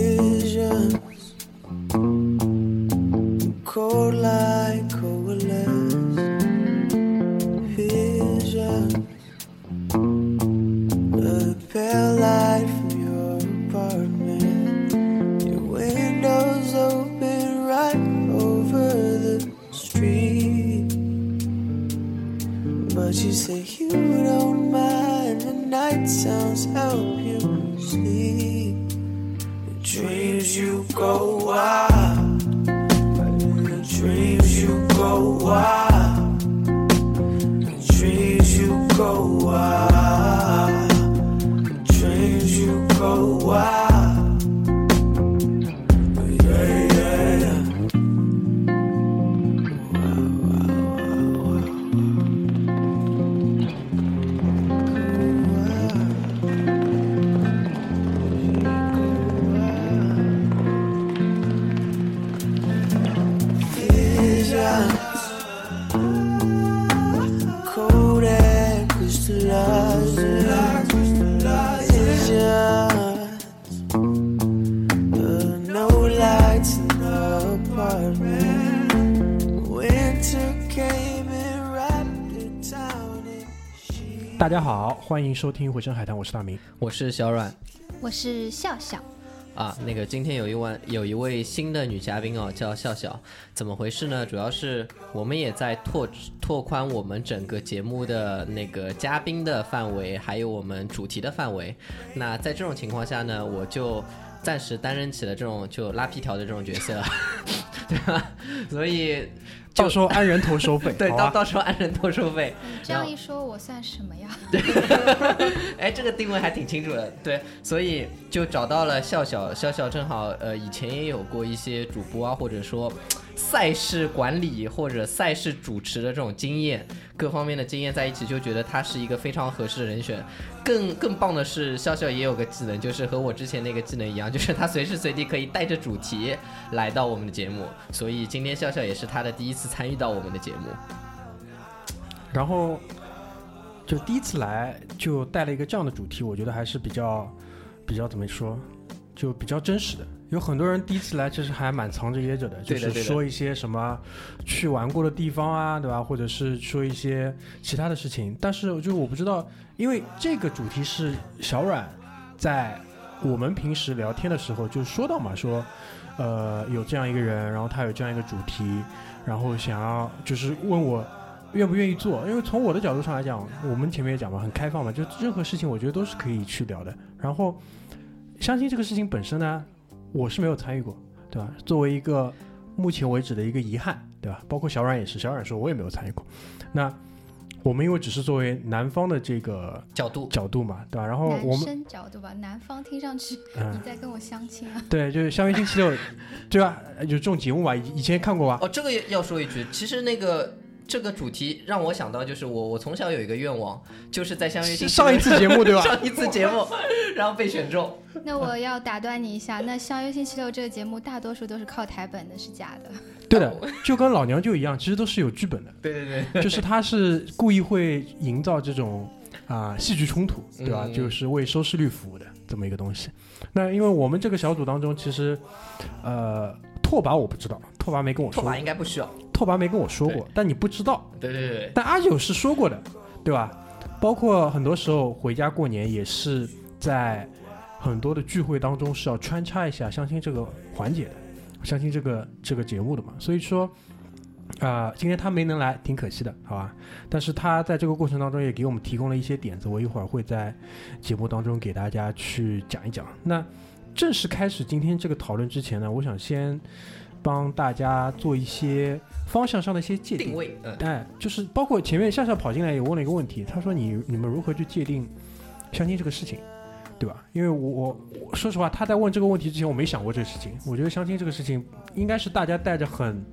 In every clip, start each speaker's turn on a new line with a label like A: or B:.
A: visions cold like coalesce visions a pale light from your apartment your windows open right over the street but you say you don't mind the night sounds help you sleep. The dreams you go wild. The dreams you go wild. The dreams you go wild. The dreams you go wild. Yeah, yeah, yeah. visions Cold air crystallized visions The no lights in the apartment Winter came and wrapped the town in sheets
B: 大家好，欢迎收听《回声海滩》，我是大明。
C: 我是小阮
D: 我是笑笑，
C: 啊。那个今天有一位有一位新的女嘉宾哦，叫笑笑，怎么回事呢？主要是我们也在拓拓宽我们整个节目的那个嘉宾的范围，还有我们主题的范围。那在这种情况下呢，我就暂时担任起了这种就拉皮条的这种角色， 对吧？所以
B: 到时候按人头收费，
C: 对，
B: 好啊
C: 到
B: 吧？
C: 到时候按人头收费。
D: 这样一说，我算什么呀？
C: 哎，这个定位还挺清楚的，对，所以就找到了笑笑，笑笑正好呃以前也有过一些主播啊，或者说赛事管理或者赛事主持的这种经验，各方面的经验在一起，就觉得他是一个非常合适的人选。更更棒的是，笑笑也有个技能，就是和我之前那个技能一样，就是他随时随地可以带着主题来到我们的节目，所以今天笑笑也是他的第一次参与到我们的节目。
B: 然后就第一次来就带了一个这样的主题，我觉得还是比较比较怎么说，就比较真实的。有很多人第一次来其实还蛮藏着掖着的，就
C: 对的
B: 是
C: 对的
B: 说一些什么去玩过的地方啊，对吧？或者是说一些其他的事情。但是就是我不知道，因为这个主题是小阮在我们平时聊天的时候就说到嘛，说呃有这样一个人，然后他有这样一个主题，然后想要就是问我愿不愿意做，因为从我的角度上来讲，我们前面也讲嘛，很开放嘛，就任何事情我觉得都是可以去聊的。然后相亲这个事情本身呢，我是没有参与过，对吧？作为一个目前为止的一个遗憾，对吧？包括小阮也是，小阮说我也没有参与过。那我们因为只是作为南方的这个
C: 角度
B: 角度嘛，对吧？然后我
D: 男
B: 们
D: 生角度吧，南方听上去
B: 嗯
D: 你在跟我相亲啊？
B: 对，就是相约星期六，对吧？有这种节目吧，以以前看过吧？
C: 哦，这个要说一句，其实那个这个主题让我想到，就是我我从小有一个愿望，就是在相约星期
B: 上一次节目对 吧？
C: 上一次节目，然后被选中。
D: 那我要打断你一下，那《相约星期六》这个节目大多数都是靠台本的，是假的。
B: 对的，就跟老娘舅一样，其实都是有剧本的。
C: 对对对，
B: 就是他是故意会营造这种啊、戏剧冲突，对吧？
C: 嗯
B: 就是为收视率服务的这么一个东西。那因为我们这个小组当中，其实呃，拓跋我不知道，拓跋没跟我说
C: 拓
B: 过
C: 跋，应该不需要。
B: 拓跋没跟我说过
C: 对，
B: 但你不知道，
C: 对对对，
B: 但阿九是说过的，对吧？包括很多时候回家过年也是在很多的聚会当中是要穿插一下相亲这个环节的，相亲这个这个节目的嘛。所以说，啊、今天他没能来，挺可惜的，好吧？但是他在这个过程当中也给我们提供了一些点子，我一会儿会在节目当中给大家去讲一讲。那正式开始今天这个讨论之前呢，我想先帮大家做一些方向上的一些界定
C: 定。位，嗯，
B: 哎，就是包括前面笑笑跑进来也问了一个问题，他说你你们如何去界定相亲这个事情，对吧？因为我我我说实话，他在问这个问题之前，我没想过这个事情。我觉得相亲这个事情应该是大家带着很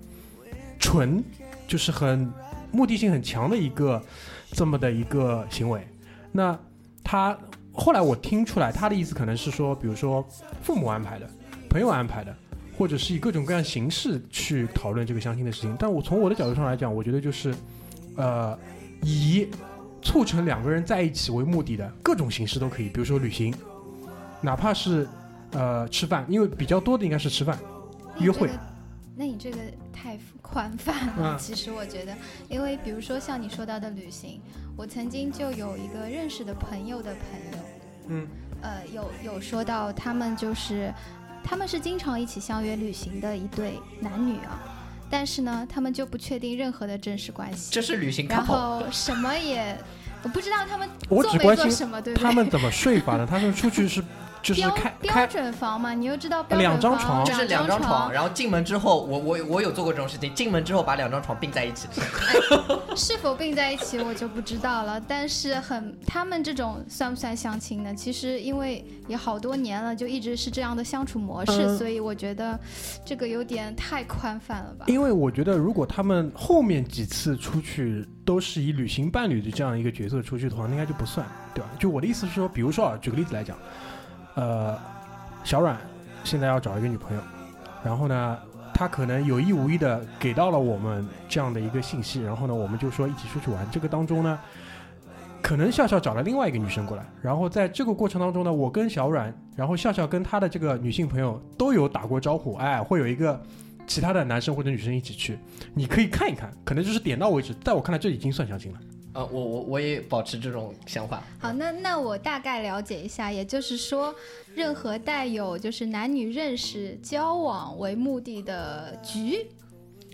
B: 纯，就是很目的性很强的一个这么的一个行为。那他后来我听出来，他的意思可能是说，比如说父母安排的，朋友安排的，或者是以各种各样形式去讨论这个相亲的事情。但我从我的角度上来讲，我觉得就是，呃，以促成两个人在一起为目的的各种形式都可以，比如说旅行，哪怕是呃吃饭，因为比较多的应该是吃饭
D: 那你
B: 约
D: 这
B: 会
D: 个。那你这个太宽泛了，
B: 嗯
D: 其实我觉得，因为比如说像你说到的旅行，我曾经就有一个认识的朋友的朋友，
B: 嗯，
D: 呃，有有说到他们就是，他们是经常一起相约旅行的一对男女啊，但是呢，他们就不确定任何的正式关系，
C: 这是旅行
D: 然
C: couple，
D: 后什么也，我不知道他们
B: 我
D: 做
B: 只
D: 没
B: 关
D: 做
B: 心
D: 什么，对不
B: 他
D: 对？
B: 们怎么睡法呢？他们出去是就是
D: 标
B: 开
D: 标
B: 开
D: 准房嘛，你又知道标准
B: 两张
D: 房
B: 床
C: 就是两张
D: 床
C: 床，，然后进门之后，我我我有做过这种事情，进门之后把两张床并在一起，
D: 是否并在一起我就不知道了，但是很他们这种算不算相亲呢？其实因为也好多年了，就一直是这样的相处模式，
B: 嗯
D: 所以我觉得这个有点太宽泛了吧。
B: 因为我觉得，如果他们后面几次出去都是以旅行伴侣的这样一个角色出去的话，那应该就不算，对吧？就我的意思是说，比如说啊，举个例子来讲，呃，小阮现在要找一个女朋友，然后呢，他可能有意无意的给到了我们这样的一个信息，然后呢，我们就说一起出去玩。这个当中呢，可能笑笑找了另外一个女生过来，然后在这个过程当中呢，我跟小阮，然后笑笑跟她的这个女性朋友都有打过招呼，哎，会有一个其他的男生或者女生一起去，你可以看一看，可能就是点到为止。在我看来，这已经算相亲了。
C: 呃，我我我也保持这种想法，
D: 好，那那我大概了解一下，也就是说，任何带有就是男女认识、交往为目的的局，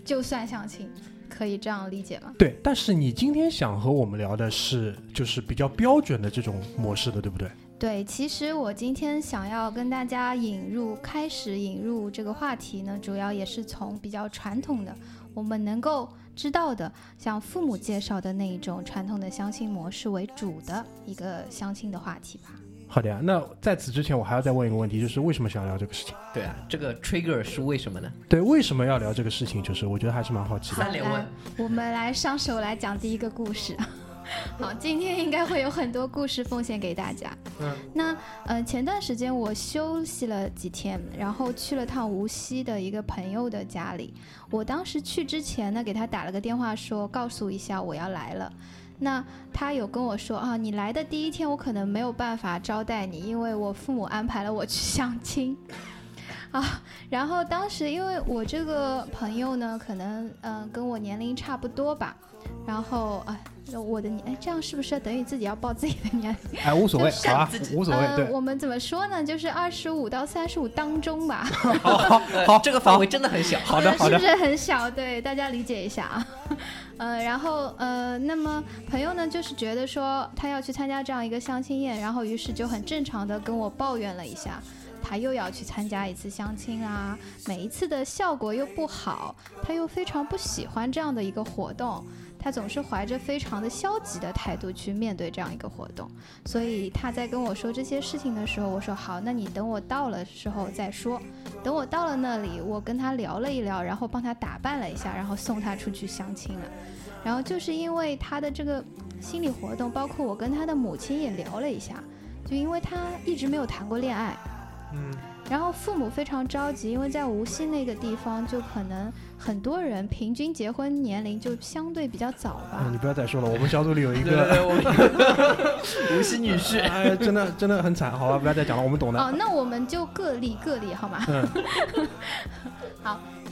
D: 就算相亲，可以这样理解吗？
B: 对，但是你今天想和我们聊的是，就是比较标准的这种模式的，对不对？
D: 对，其实我今天想要跟大家引入，开始引入这个话题呢，主要也是从比较传统的，我们能够知道的，像父母介绍的那一种传统的相亲模式为主的一个相亲的话题吧。
B: 好的呀，那在此之前，我还要再问一个问题，就是为什么想聊这个事情？
C: 对啊，这个 trigger 是为什么呢？
B: 对，为什么要聊这个事情？就是我觉得还是蛮好奇的。
C: 三连问
D: 来，我们来上手来讲第一个故事。 好，今天应该会有很多故事奉献给大家。
B: 嗯，
D: 那呃，前段时间我休息了几天，然后去了趟无锡的一个朋友的家里。我当时去之前呢，给他打了个电话说，告诉一下我要来了。那他有跟我说啊，你来的第一天我可能没有办法招待你，因为我父母安排了我去相亲。啊，然后当时因为我这个朋友呢，可能嗯、呃跟我年龄差不多吧，然后啊、我的年哎这样是不是等于自己要报自己的年龄？
B: 哎，无 所谓，
D: 就是
B: 好吧
C: 自，己
B: 无所谓。
D: 呃，
B: 对，
D: 我们怎么说呢？就是二十五到三十五当中吧。
B: 好好
C: 呃
B: 好，
C: 这个范围真的很小，
B: 好的
D: 呃
B: 好的
D: 是不是很小？对，大家理解一下 啊。呃，然后呃，那么朋友呢，就是觉得说他要去参加这样一个相亲宴，然后于是就很正常的跟我抱怨了一下。他又要去参加一次相亲啦，每一次的效果又不好，他又非常不喜欢这样的一个活动，他总是怀着非常的消极的态度去面对这样一个活动，所以他在跟我说这些事情的时候，我说好，那你等我到了时候再说。等我到了那里，我跟他聊了一聊，然后帮他打扮了一下，然后送他出去相亲了。然后就是因为他的这个心理活动，包括我跟他的母亲也聊了一下，就因为他一直没有谈过恋爱，
B: 嗯，
D: 然后父母非常着急，因为在无锡那个地方，就可能很多人平均结婚年龄就相对比较早
B: 哎
D: 吧
B: 你。不要再说了，我们小组里有一
C: 对对 对，
B: 个，
C: 我们无锡女婿，
B: 哎，真的真的很惨，好吧，啊不要再讲了，我们懂的。
D: 哦，那我们就个例个例好吗？
B: 嗯，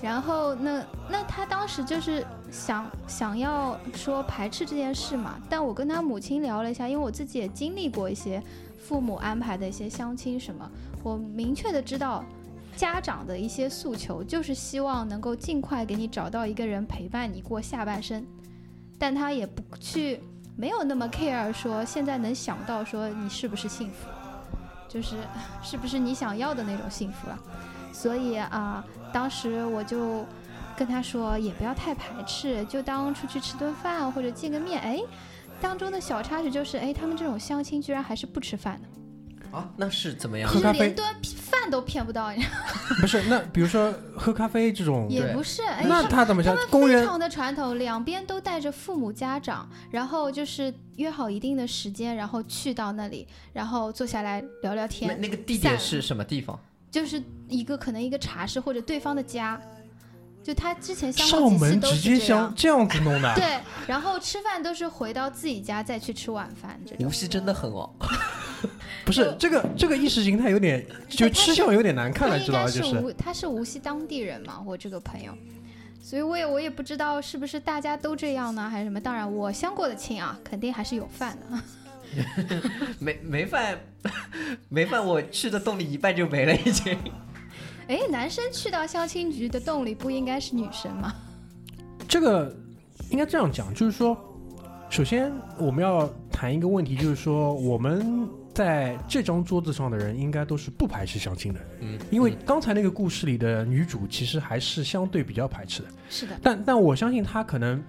D: 然后那那他当时就是想 想要说排斥这件事嘛，但我跟他母亲聊了一下，因为我自己也经历过一些父母安排的一些相亲什么，我明确的知道家长的一些诉求就是希望能够尽快给你找到一个人陪伴你过下半生，但他也不去没有那么 care 说现在能想到说你是不是幸福，就是是不是你想要的那种幸福啊，所以啊。当时我就跟他说，也不要太排斥，就当出去吃顿饭或者见个面。哎，当中的小插曲就是，哎，他们这种相亲居然还是不吃饭的，
C: 啊，那是怎么样
B: 喝
D: 就？
B: 咖
D: 是
B: 啡
D: 连顿饭都骗不到，你知道吗
B: 不是，那比如说喝咖啡这种，
D: 也不是。哎，
B: 嗯那他怎么
D: 他
B: 想
D: 们？
B: 公
D: 非
B: 园
D: 常的传统，两边都带着父母家长，然后就是约好一定的时间，然后去到那里，然后坐下来聊聊
C: 那
D: 天，
C: 那个地
D: 散
C: 点
D: 了
C: 是什么地方？
D: 就是一个可能一个茶室或者对方的家，就他之前相
B: 上
D: 过几次
B: 门
D: 都
B: 直
D: 是
B: 接
D: 这样
B: 相。这样子弄 的？啊
D: 对，然后吃饭都是回到自己家再去吃晚饭这种
C: 无。锡真的很哦，
B: 不是这个这个意识形态有点就
D: 对他
B: 吃
D: 是
B: 相有点难 看
D: 他
B: 了，
D: 应
B: 知道
D: 该
B: 吧？就是
D: 无他是无锡当地人嘛，我这个朋友，所以我也我也不知道是不是大家都这样呢，还是什么？当然，我相过的亲啊，肯定还是有饭的。
C: 没没饭，没饭，我去的洞里一半就没了，已经。
D: 哎，男生去到相亲局的洞里，不应该是女生吗？
B: 这个应该这样讲，就是说，首先我们要谈一个问题，就是说我们在这张桌子上的人，应该都是不排斥相亲的，
C: 嗯
B: 因为刚才那个故事里的女主其实还是相对比较排斥的，
D: 是的，
B: 但但我相信她可能。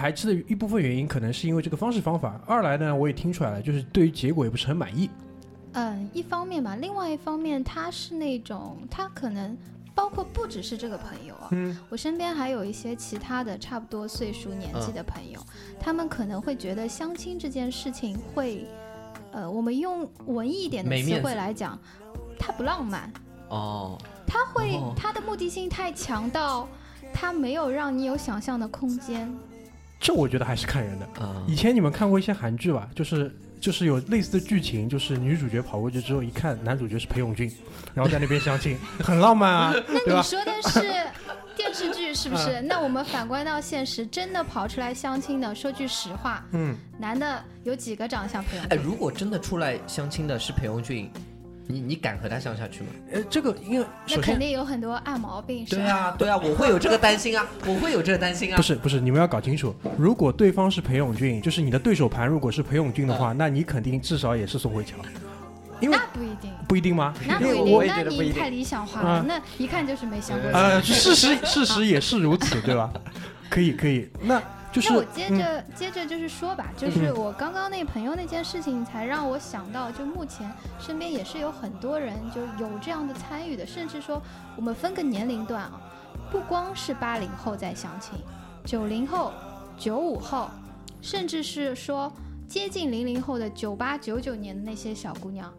B: 排斥的一部分原因可能是因为这个方式方法，二来呢，我也听出来了，就是对于结果也不是很满意。
D: 嗯，一方面吧，另外一方面，他是那种他可能包括不只是这个朋友啊，
B: 嗯
D: 我身边还有一些其他的差不多岁数年纪的朋友，
B: 嗯
D: 他们可能会觉得相亲这件事情会，呃，我们用文艺一点的
C: 没
D: 词
C: 面
D: 汇
C: 子
D: 来讲，它不浪漫，
C: 哦，
D: 它会、
C: 哦
D: 它的目的性太强到它没有让你有想象的空间。
B: 嗯这我觉得还是看人的。
C: 啊
B: 以前你们看过一些韩剧吧，就是就是有类似的剧情，就是女主角跑过去之后一看，男主角是裴勇俊，然后在那边相亲， 很浪漫啊，对
D: 那你
B: 吧？嗯
D: 说的是 电视剧是不是？那我们反观到现实，真的跑出来相亲的，说句实话，
B: 嗯，
D: 男的有几个长相朋友
C: 哎，？如果真的出来相亲的是裴勇俊，你你敢和他相下去吗？
B: 呃，这个因为
D: 那
B: 首
D: 肯
B: 先
D: 定有很多暗毛病，是吧？
C: 啊，对啊，我会有这个担心啊，我会有这个担心啊
B: 不。是不是，你们要搞清楚，如果对方是裴勇俊，就是你的对手盘如果是裴勇俊的话，那你肯定至少也是宋慧乔，因为
D: 嗯那不一定，
B: 不一定吗？
D: 那
C: 因
D: 不
C: 为
D: 一
C: 我
D: 定，
C: 也
D: 那
C: 觉得不
D: 你
C: 一定
D: 太理想化了，
B: 啊
D: 那一看就是没相过亲。
B: 呃，事实事实也是如此，对 吧？可以可以，那就是
D: 那我接
B: 嗯
D: 着、接着就是说吧，就是我刚刚那朋友那件事情，才让我想到，就目前身边也是有很多人就有这样的参与的，甚至说我们分个年龄段啊，不光是八零后在相亲，九零后、九五后，甚至是说接近零零后的九八九九年的那些小姑娘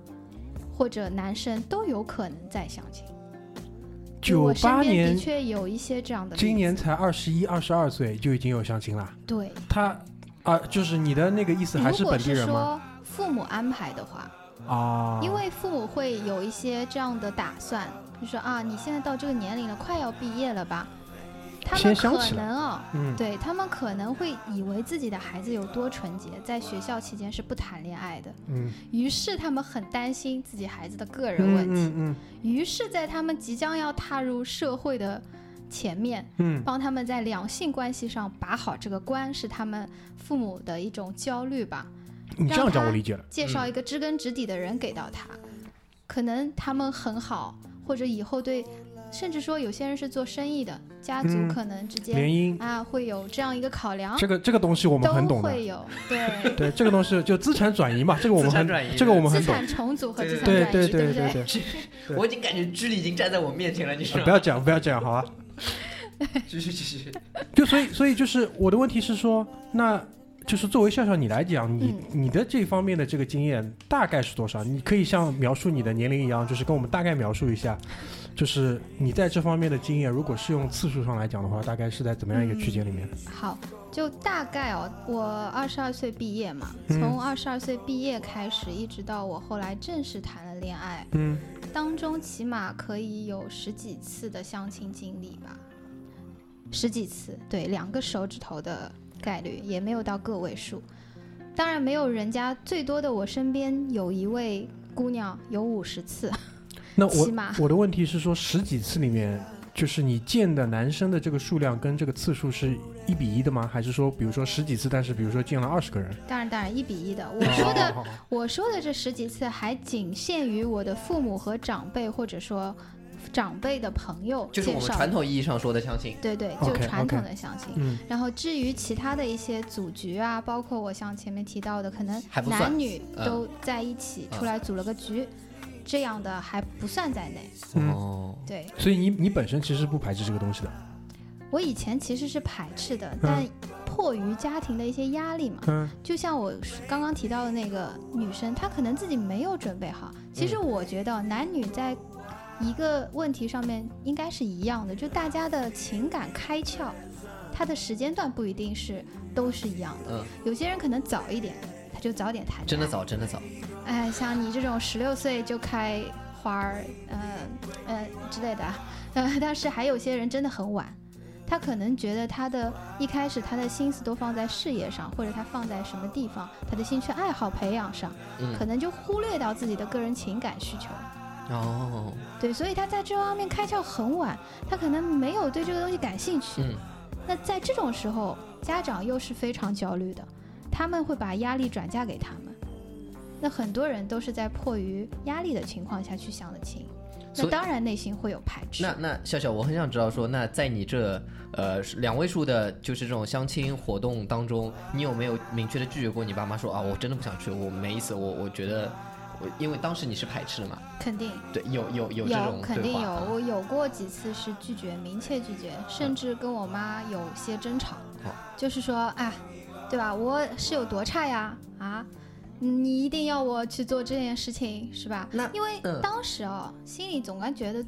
D: 或者男生都有可能在相亲。
B: 九
D: 我身
B: 八
D: 边
B: 年
D: 的，确有一些这样的例子，
B: 今年才二十一、二十二岁就已经有相亲了。
D: 对。
B: 他啊，就是你的那个意思还
D: 如
B: 本
D: 果
B: 地
D: 是
B: 人吗？
D: 说父母安排的话，
B: 啊，
D: 因为父母会有一些这样的打算，就说啊，你现在到这个年龄了，快要毕业了吧？他
B: 先
D: 们
B: 相
D: 可
B: 起来
D: 能哦，
B: 嗯，
D: 对他们可能会以为自己的孩子有多纯洁，在学校期间是不谈恋爱的，
B: 嗯
D: 于是他们很担心自己孩子的个人
B: 嗯
D: 问题，
B: 嗯嗯
D: 于是在他们即将要踏入社会的前面，
B: 嗯，
D: 帮他们在两性关系上把好这个关，是他们父母的一种焦虑吧。
B: 你这样
D: 让
B: 讲
D: 他
B: 我理解了。
D: 介绍一个知根知底的人给到他，可能他们很好，或者以后对，甚至说有些人是做生意的，家族
B: 嗯
D: 可能之
B: 联
D: 间、
B: 姻
D: 啊会有这样一个考量，
B: 这个这个东西我们很
D: 都
B: 懂的，
D: 会有对
B: 对这个东西就资产转移嘛，这个我们
C: 资产
B: 很
C: 转移
B: 这个 我们
D: 资
B: 很懂，
D: 产重组和资产转
B: 对对
D: 移，
B: 对
D: 不
B: 对，对
C: 我已经感觉居里已经站在我面前了，你知
B: 啊
C: 道
B: 不
C: 吗？
B: 要讲不要讲，好吧？
C: 继续继续。
B: 就所以所以就是我的问题是说，那就是作为笑笑你来讲，你
D: 嗯
B: 你的这方面的这个经验大概是多少？你可以像描述你的年龄一样，就是跟我们大概描述一下，就是你在这方面的经验，如果是用次数上来讲的话，大概是在怎么样一个区间里面？
D: 好，就大概哦，我二十二岁毕业嘛，
B: 嗯
D: 从二十二岁毕业开始，一直到我后来正式谈了恋爱，
B: 嗯，
D: 当中起码可以有十几次的相亲经历吧，十几次，对，两个手指头的概率也没有到个位数。当然没有人家最多的，我身边有一位姑娘有五十次，
B: 那啊我
D: 起码
B: 我的问题是说，十几次里面，就是你见的男生的这个数量跟这个次数是一比一的吗？还是说，比如说十几次，但是比如说见了二十个人？
D: 当然当然一比一的。
B: 哦
D: 我说的
C: 哦
B: 好好好
D: 我说的这十几次还仅限于我的父母和长辈，或者说长辈的朋友
C: 就是我
D: 介
C: 们
D: 绍，
C: 传统意义上说的相亲。
D: 对对，就
B: OK，
D: 传统
B: OK
D: 的相亲。
B: 嗯
D: 然后至于其他的一些组局啊，包括我像前面提到的，可能
C: 还不算
D: 男女
C: 嗯
D: 都在一起
C: 嗯
D: 出来组了个局，这样的还不算在内。
B: 嗯
C: 哦，
D: 对
B: 所以你你本身其实不排斥这个东西的，
D: 我以前其实是排斥的，但迫于家庭的一些压力嘛，
B: 嗯
D: 就像我刚刚提到的那个女生，她可能自己没有准备好。其
C: 嗯
D: 实我觉得男女在一个问题上面应该是一样的，就大家的情感开窍，他的时间段不一定是都是一样的。
C: 嗯
D: 有些人可能早一点，他他就早点谈恋爱。
C: 真的早，真的早。
D: 哎，像你这种十六岁就开花儿，嗯、呃、呃之类的啊，呃，但是还有些人真的很晚，他可能觉得他的一开始他的心思都放在事业上，或者他放在什么地方，他的兴趣爱好培养上，
C: 嗯
D: 可能就忽略到自己的个人情感需求。
C: 哦，
D: 对，所以他在这方面开窍很晚，他可能没有对这个东西感兴趣。
C: 嗯
D: 那在这种时候，家长又是非常焦虑的，他们会把压力转嫁给他们。那很多人都是在迫于压力的情况下去想的清，
C: 所
D: 那
C: 以
D: 当然内心会有排斥。
C: 那那笑笑，我很想知道说，那在你这呃两位数的，就是这种相亲活动当中，你有没有明确的拒绝过你爸妈说啊，我真的不想去，我没意思，我我觉得我因为当时你是排斥的嘛，
D: 肯定
C: 对，有有有
D: 有
C: 这种
D: 肯
C: 对
D: 定
C: 话
D: 有
C: 啊，
D: 我有过几次是拒绝，明确拒绝，
C: 嗯
D: 甚至跟我妈有些争吵，
C: 哦
D: 就是说啊，对吧？我是有多差呀？啊，你一定要我去做这件事情是吧？
C: 那
D: 因为
C: 嗯
D: 当时哦，心里总感觉得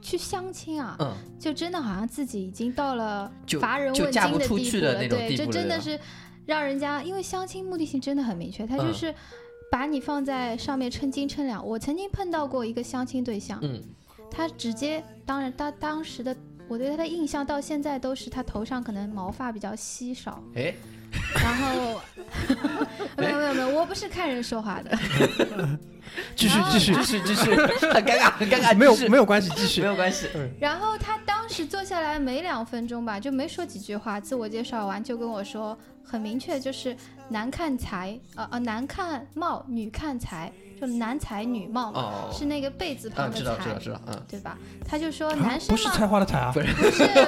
D: 去相亲啊，
C: 嗯，
D: 就真的好像自己已经到了
C: 就
D: 乏人
C: 就
D: 问
C: 嫁
D: 津
C: 不
D: 地
C: 出去
D: 步
C: 的
D: 了，
C: 那种
D: 对，
C: 地
D: 这
C: 步
D: 真
C: 了
D: 的是让人家，因为相亲目的性真的很明确，他就
C: 嗯
D: 是把你放在上面称斤称两。我曾经碰到过一个相亲对象，
C: 嗯
D: 他直接，当然他当时的我对他的印象到现在都是他头上可能毛发比较稀少，
C: 哎，
D: 然后 没有没有没有，我不是看人说话的，
B: 继续
D: 然后
B: 继续
C: 继，续继续， 很尴尬很尴
D: 啊
C: 尬，
B: 没有
C: 继续
B: 没有关系，继续
C: 没。有关系，
D: 然后他当时坐下来没两分钟吧，就没说几句话，自我介绍完就跟我说，很明确就是男看才，呃呃男看貌，女看才，就男才女貌嘛，
C: 哦，
D: 是那个贝字
C: 嗯，
D: 旁的
C: 知道知道知
D: 才，
C: 道，嗯，
D: 对吧？他就说
B: 啊
D: 男生
B: 不是
D: 嘛，
B: 菜花的菜啊，
D: 不是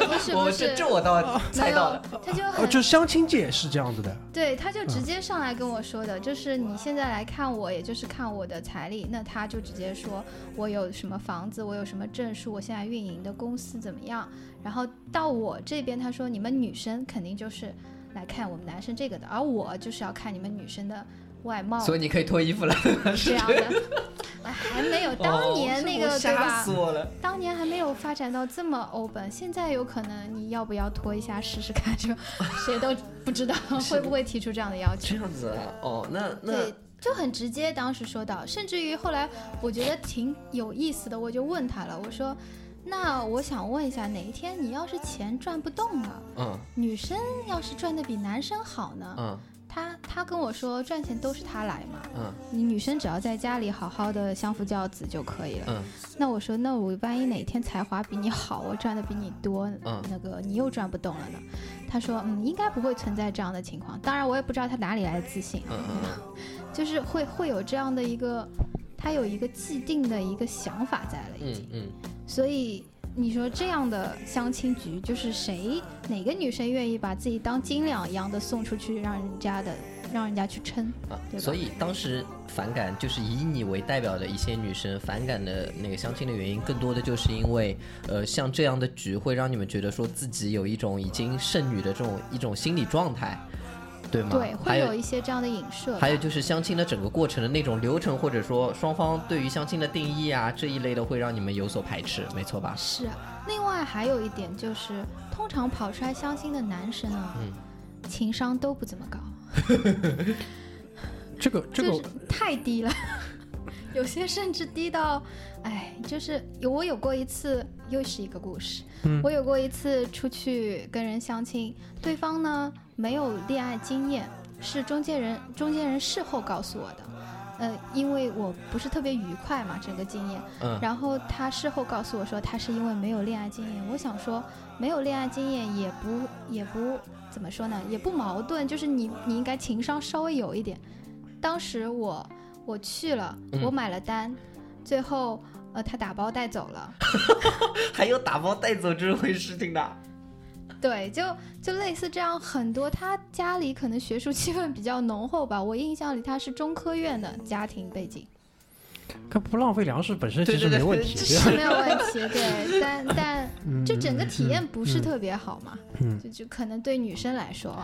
D: 不 是
C: 我
D: 不
C: 这
D: 是，哦
C: 这我倒猜
D: 没
C: 到
D: 有
C: 了，，
D: 他就
B: 哦，
D: 很
B: 就是相亲界是这样子的。
D: 对，他就直接上来跟我说的，就是你现在来看我，也就是看我的财力。那他就直接说我有什么房子，我有什么证书，我现在运营的公司怎么样。然后到我这边，他说你们女生肯定就是来看我们男生这个的，而我就是要看你们女生的外貌
C: 所以你可以脱衣服了，
D: 这样的。哎还没有当年那个、
C: 哦
D: 对
C: 吓
D: 吧
C: 死？我了，
D: 当年还没有发展到这么 open，现在有可能你要不要拖一下试试看？就 谁都不知道会不会提出这样的要求
C: 这。样子啊，哦，那那
D: 对，就很直接。当时说到，甚至于后来我觉得挺有意思的，我就问他了，我说：“那我想问一下，哪一天你要是钱赚不动了，
C: 嗯
D: 女生要是赚的比男生好呢？”
C: 嗯
D: 他他跟我说，赚钱都是他来嘛，
C: 嗯
D: 你女生只要在家里好好的相夫教子就可以了。
C: 嗯
D: 那我说，那我万一哪天才华比你好，我赚的比你多，
C: 嗯
D: 那个你又赚不动了呢？他说，嗯，应该不会存在这样的情况。当然，我也不知道他哪里来的自信啊
C: 嗯，嗯
D: 就是会会有这样的一个，他有一个既定的一个想法在了已经。
C: 嗯嗯，
D: 所以你说这样的相亲局，就是谁哪个女生愿意把自己当斤两一样的送出去，让人家的让人家去称？
C: 啊，
D: 对吧
C: 所以当时反感就是以你为代表的一些女生反感的那个相亲的原因，更多的就是因为，呃，像这样的局会让你们觉得说自己有一种已经剩女的这种一种心理状态，对吗？
D: 对，
C: 啊还
D: 会有
C: 有
D: 一些这样的影射吧。
C: 还有就是相亲的整个过程的那种流程，或者说双方对于相亲的定义啊这一类的，会让你们有所排斥，没错吧？
D: 是，啊另外还有一点就是，通常跑出来相亲的男生啊，
C: 嗯
D: 情商都不怎么高，
B: 这个这
D: 就
B: 个
D: 是太低了， 有些甚至低到，哎，就是有我有过一次，又是一个故事，
B: 嗯
D: 我有过一次出去跟人相亲，对方呢没有恋爱经验，是中间人，中间人事后告诉我的。呃，因为我不是特别愉快嘛，整个经验，
C: 嗯
D: 然后他事后告诉我说，他是因为没有恋爱经验。我想说，没有恋爱经验也不也不怎么说呢，也不矛盾，就是你你应该情商稍微有一点。当时我我去了，我
C: 嗯
D: 买了单，最后呃他打包带走了。
C: 还有打包带走这回事情的，
D: 对，就就类似这样很多，他家里可能学术 气氛比较浓厚吧。我印象里他是中科院的家庭背景。
B: 它不浪费粮食本身
C: 对
B: 其实
C: 对对
B: 没问
C: 对
B: 题，
C: 这
B: 对吧
D: 没有问题，对，但但 就整个体验不是特别好嘛，
B: 嗯
D: 就就可能对女生来说，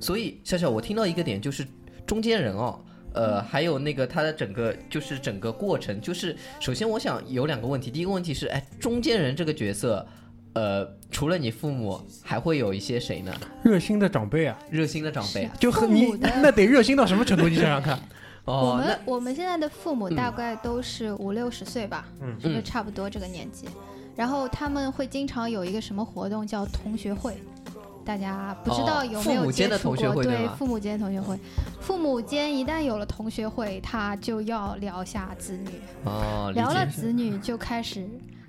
C: 所以笑笑，我听到一个点就是中间人哦，呃，还有那个他的整个就是整个过程，就是首先我想有两个问题，第一个问题是，哎，中间人这个角色。呃，除了你父母，还会有一些谁呢？
B: 热心的长辈啊，
C: 热心的长辈
D: 是
B: 就很
D: 父
B: 你
D: 母 的
B: 那得热心到什么程度？你想想看，
D: 我
C: 哦，那
D: 们我们现在的父母大概都是五六十岁吧，
B: 嗯
C: 嗯
D: 就差不多这个年纪。然后他们会经常有一个什么活动叫同学会，大家不知道
C: 哦
D: 有
C: 父
D: 没有
C: 母间
D: 接
C: 的
D: 触
C: 同学
D: 过？
C: 会对
D: 对
C: 吗，
D: 父母间同学会，父母间一旦有了同学会，他就要聊下子女，
C: 哦，理
D: 聊了
C: 解。
D: 子女就开始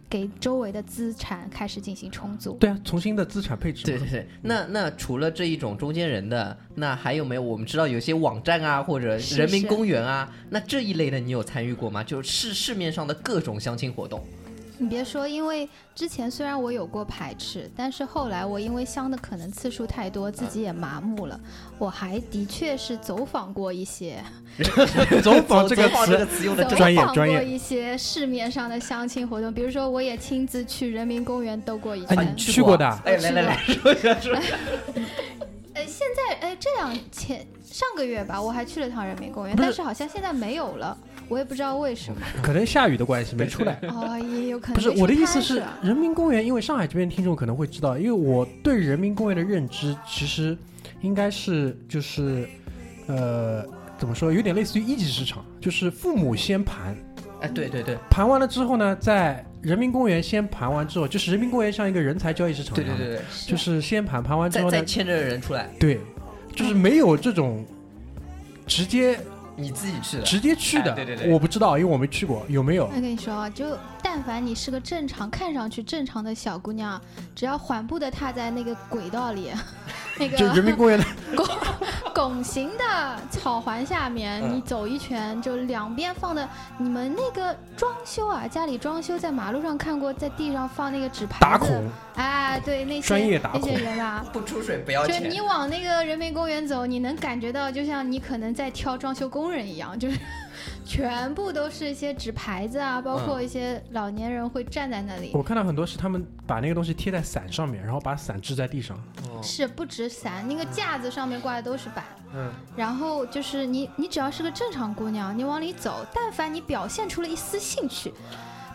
D: 给周围的资产开始进行重组。
B: 对啊，重新的资产配置
C: 对
B: 嘛，
C: 对对，那那除了这一种中间人的，那还有没有？我们知道有些网站啊，或者
D: 是
C: 人民
D: 是
C: 公园啊，那这一类的你有参与过吗？就是市市面上的各种相亲 活动。
D: 你别说，因为之前虽然我有过排斥，但是后来我因为相的可能次数太多，自己也麻木了。我还的确是走访过一些，
B: 走访这个
C: 走走这
B: 词
C: 个词用的
D: 走
C: 真
B: 专业
D: 访
B: 专
D: 过
B: 业
D: 一些市面上的相亲活动，比如说我也亲自去人民公园兜过一
B: 哎
D: 圈。
B: 你
C: 啊
B: 去过的
C: 啊哎，来来来，说一下说一下。
D: 呃，现在呃这两前上个月吧，我还去了趟人民公园，
B: 不是
D: 但是好像现在没有了，我也不知道为 什么。
B: 可能下雨的关系没出来。
D: 哦，也有可能
B: 不是
D: 没
B: 我的
D: 出
B: 意思
D: 摊
B: 是
D: 啊，
B: 人民公园，因为上海这边听众可能会知道，因为我对人民公园的认知其实应该是就是，呃，怎么说，有点类似于一级市场，就是父母先盘，
C: 哎，对对对
B: 盘完了之后呢，在人民公园先盘完之后，就是人民公园像一个人才交易市场一
C: 对对
B: 样，
C: 对对，
D: 是
B: 就是先盘盘完之
C: 再
B: 后
C: 再
B: 呢，
C: 牵着人出来，
B: 对，就是没有这种直接
C: 你自己去的。
B: 直接去的，
C: 哎对对对
B: 我不知道，因为我没去过，有没有？
D: 我跟你说啊，就但凡你是个正常、看上去正常的小姑娘，啊只要缓步的踏在那个轨道里， 那
B: 就人
D: 个
B: 民公园的，
D: 拱形的草环下面，
B: 嗯
D: 你走一圈，就两边放的你们那个装修啊，家里装修在马路上看过，在地上放那个纸牌子，
B: 打孔，
D: 哎，对那些
B: 专业打
D: 那
B: 孔
D: 些人啊。
C: 不出水不要
D: 就是
C: 钱
D: 你，往那个人民公园走，你能感觉到，就像你可能在挑装修工人一样，就是 全部都是一些纸牌子啊，包括一些老年人会站在那里，
B: 我看到很多是他们把那个东西贴在伞上面，然后把伞支在地上。
C: 哦
D: 是不止伞，那个架子上面挂的都是板。
B: 嗯，
D: 然后就是你，你只要是个正常姑娘，你往里走，但凡你表现出了一丝兴趣，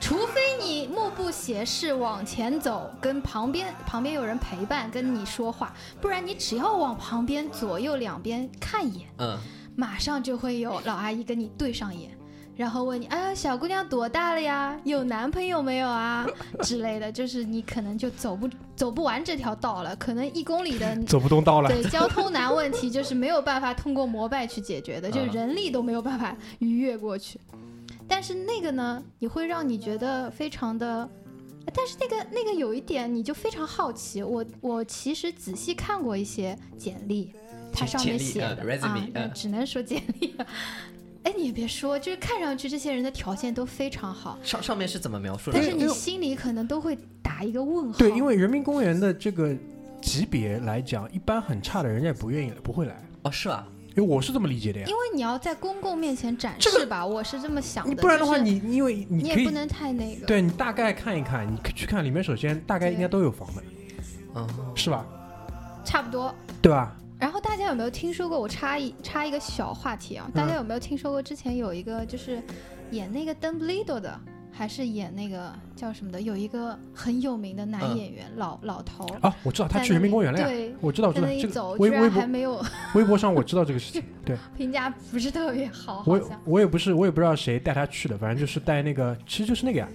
D: 除非你目不斜视往前走，跟旁边旁边有人陪伴跟你说话，不然你只要往旁边左右两边看一眼。
C: 嗯，
D: 马上就会有老阿姨跟你对上眼，然后问你：“哎呀，小姑娘多大了呀？有男朋友没有啊？” 之类的，就是你可能就走不走不完这条道了，可能一公里的
B: 走不动道了。
D: 对交通难问题就是没有办法通过膜拜去解决的，就
B: 嗯
C: 啊
D: 人力都没有办法逾越过去。但是那个呢，也会让你觉得非常的。但是那个那个有一点，你就非常好奇。我我其实仔细看过一些简历，它
C: 简
D: 上面
C: 简历
D: 写的
C: 呃，resume，
D: 啊，那
C: 呃
D: 只能说简历了。哎，你也别说，就是看上去这些人的条件都非常好，
C: 上上面是怎么描述的
D: 但？是
B: 因为
D: 你心里可能都会打一个问号。
B: 对，因为人民公园的这个级别来讲，一般很差的人家也不愿意不会来，
C: 哦，是吧？
B: 因为我是这么理解的呀
D: 因。为你要在公共面前展
B: 这个
D: 示吧，我是这么想
B: 你
D: 的。
B: 不然的话，
D: 就是
B: 你因为你
D: 你
B: 可
D: 也不
B: 以
D: 能太那个。
B: 对你大概看一看，你去看里面，首先大概应该都有房的，
C: 嗯，
B: 是吧？
D: 差不多。
B: 对吧？
D: 然后大家有没有听说过？我插一插一个小话题
B: 嗯
D: 啊，大家有没有听说过之前有一个就是演那个《Dumbledore》的，还是演那个叫什么的，有一个很有名的男
C: 嗯
D: 演员，老老头儿
B: 啊，我知道他
D: 在
B: 去人民公园了
D: 那里
B: 呀。我知道，我
D: 对，在
B: 知
D: 那
B: 道
D: 一
B: 这
D: 走，
B: 个
D: 居
B: 微微
D: 然还
B: 博
D: 没有
B: 微博上我知道这个事情，对
D: 评价不是特别 好，好
B: 我
D: 像
B: 我也不是我也不知道谁带他去的，反正就是带那个，其实就是那个呀，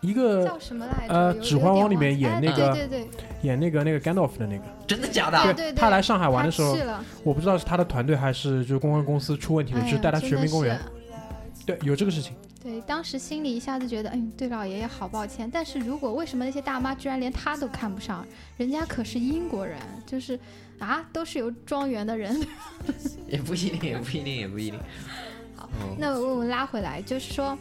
B: 一个
D: 叫什么来着？
B: 呃
D: 有
B: 指环王里面演那个
D: 有点忘记哎对对对，
B: 演那个那个甘道夫的那个，
C: 真的假
D: 啊
C: 的？
D: 对对
B: 他来上海玩的时
D: 他
B: 候
D: 去，了，
B: 我不知道是他的团队还是就是公关公司出问题了，
D: 哎
B: 就是
D: 呀
B: 带他去人民公。园
D: 真。的是
B: 对，有这个事情。
D: 对，当时心里一下子觉得，嗯，对老爷爷好抱歉。但是如果为什么那些大妈居然连他都看不上？人家可是英国人，就是啊，都是有庄园的人。
C: 也不一定，也不一定，也不一定。
D: 好
C: 嗯，
D: 那我们拉回来，就是说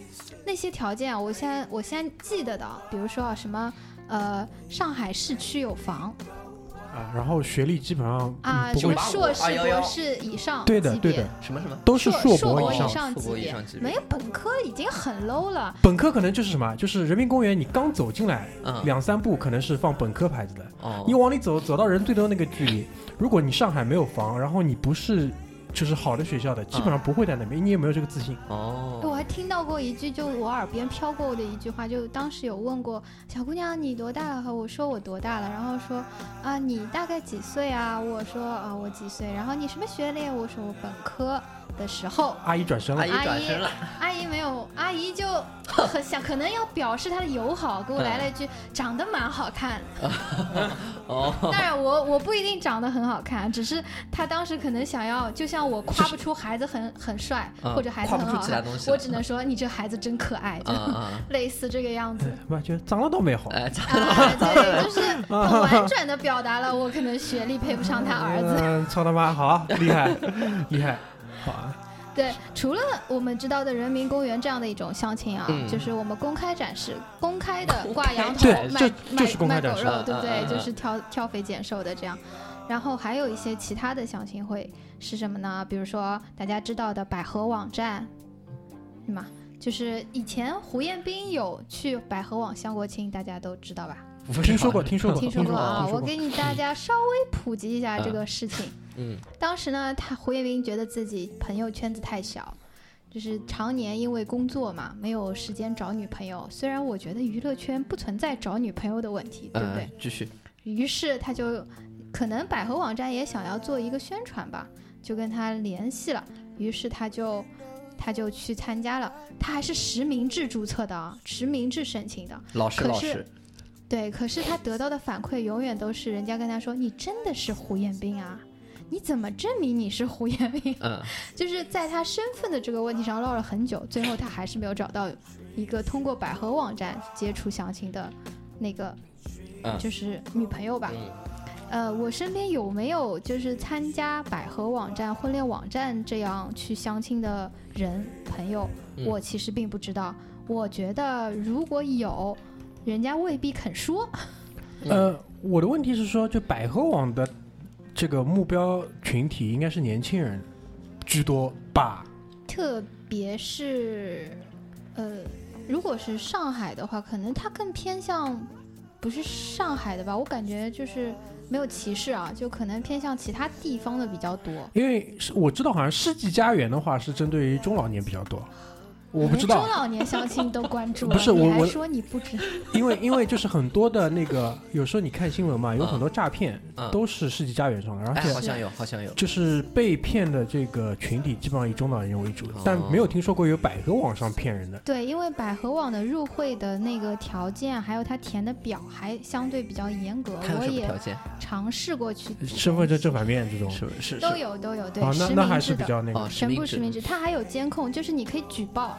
D: 那些条件啊，我现在我现在记得的啊，比如说啊什么呃，上海市区有房
B: 啊，然后学历基本上
D: 啊，
B: 嗯不
D: 什
B: 会
D: 么
C: 是，
D: 硕士、
C: 811
D: 博士以上级
B: 对
D: 别，
B: 的对的，
C: 什么什么？
B: 都是
D: 硕
B: 博
D: 以
B: 上。
D: 上
C: 硕
D: 级
C: 博以
D: 别
C: 上级别
D: 没有本科已经很 low 了。
B: 本科可能就是什么，就是人民公园，你刚走进来
C: 嗯，
B: 两三步可能是放本科牌子的，
C: 哦
B: 你，往里走，走到人最多那个距离，如果你上海没有房，然后你不是就是好的学校
D: 嗯
B: 的，基本上不会在那边，你也没有这个自信。
D: 我
C: 哦，
D: 还听到过一句，就我耳边飘过的一句话，就当时有问过小姑娘你多大了？我说我多大了，然后说啊你大概几岁啊？我说啊我几岁？然后你什么学历？我说我本科的时 候，
B: 阿姨转身了
C: 阿姨，转身了，
D: 阿姨没有，阿姨就很想可能要表示她的友好，给我来了一
C: 嗯
D: 句长得蛮好 看。
C: 哦，
D: 当然我我不一定长得很好看，只是她当时可能想要，就像我夸不出孩子很很帅
C: 嗯
D: 或者孩子
C: 夸不
D: 很
C: 出
D: 好
C: 其他
D: 看
C: 东西，了
D: 我只能说你这孩子真可 爱。就
C: 啊啊，
D: 类似这个样 子。
B: 不就长得倒没好，
C: 哎，咋
D: 啊，对，就是很婉转的表达了我可能学历配不上他儿子。
B: 嗯，操他妈，好厉害，厉害，好啊，
D: 对，除了我们知道的人民公园这样的一种相亲啊，
C: 嗯
D: 就是我们公开展示、公开的挂羊头
B: 对
D: 卖
B: 就
D: 卖
B: 就是公开
D: 卖狗
B: 展示
D: 肉，对
C: 嗯
D: 不对
C: 嗯？嗯
D: 就是挑挑肥拣瘦的这样。然后还有一些其他的相亲会是什么呢？比如说大家知道的百合网站，是吗？就是以前胡彦斌有去百合网相过亲，大家都知道吧？
B: 听说过，听 说过，
D: 听
B: 听
D: 说过啊，
B: 听说
D: 我
B: 过
D: 给你大家稍微普及一下这个事情。
C: 嗯，
D: 当时呢，他胡彦斌觉得自己朋友圈子太小，就是常年因为工作嘛，没有时间找女朋友。虽然我觉得娱乐圈不存在找女朋友的问题，对不对？
C: 嗯，继续，
D: 于是他就可能百合网站也想要做一个宣传吧，就跟他联系了。于是他就他就去参加了，他还是实名制注册的啊，实名制申请的。
C: 老师
D: 可
C: 老
D: 是
C: 师，
D: 对，可是他得到的反馈永远都是人家跟他说：“你真的是胡彦斌啊？你怎么证明你是胡彦斌
C: 嗯，？”
D: 就是在他身份的这个问题上唠了很久，最后他还是没有找到一个通过百合网站接触相亲的那个
C: 嗯，
D: 就是女朋友吧。呃，我身边有没有就是参加百合网站、婚恋网站这样去相亲的人朋友？
C: 嗯
D: 我其实并不知道。我觉得如果有，人家未必肯说。
C: 嗯
B: 呃，我的问题是说，就百合网的这个目标群体应该是年轻人居多吧？
D: 特别是，呃，如果是上海的话，可能它更偏向不是上海的吧，我感觉就是没有歧视啊，就可能偏向其他地方的比较多。
B: 因为是我知道，好像世纪佳缘的话是针对于中老年比较多，我不知
D: 连
B: 道
D: 中，老年相亲都 关注了，
B: 不是
D: 你
B: 我
D: 还
B: 我
D: 说你不知道？
B: 因为因为就是很多的那个，有时候你看新闻嘛，有
C: 嗯
B: 很多诈骗
C: 嗯
B: 都是世纪佳缘上的，而
C: 哎，好
B: 且
C: 像有，好像有，
B: 就是被骗的这个群体基本上以中老年人为主
C: 哦，
B: 但没有听说过有百合网上骗人的。
D: 对，因为百合网的入会的那个条件，还有他填的表还相对比较严格
C: 他，有
D: 我
C: 什么
D: 也
C: 条件？
D: 尝试过去填，
B: 身份证正反面这种，
C: 是不是
D: 都有都有，对，
B: 啊，那
D: 实
B: 那
D: 名
B: 还
D: 制
B: 是
D: 的
B: 比。较那
C: 哦
B: 个，，
D: 全部实名
C: 制，
D: 制，它还有监控，就是你可以举报。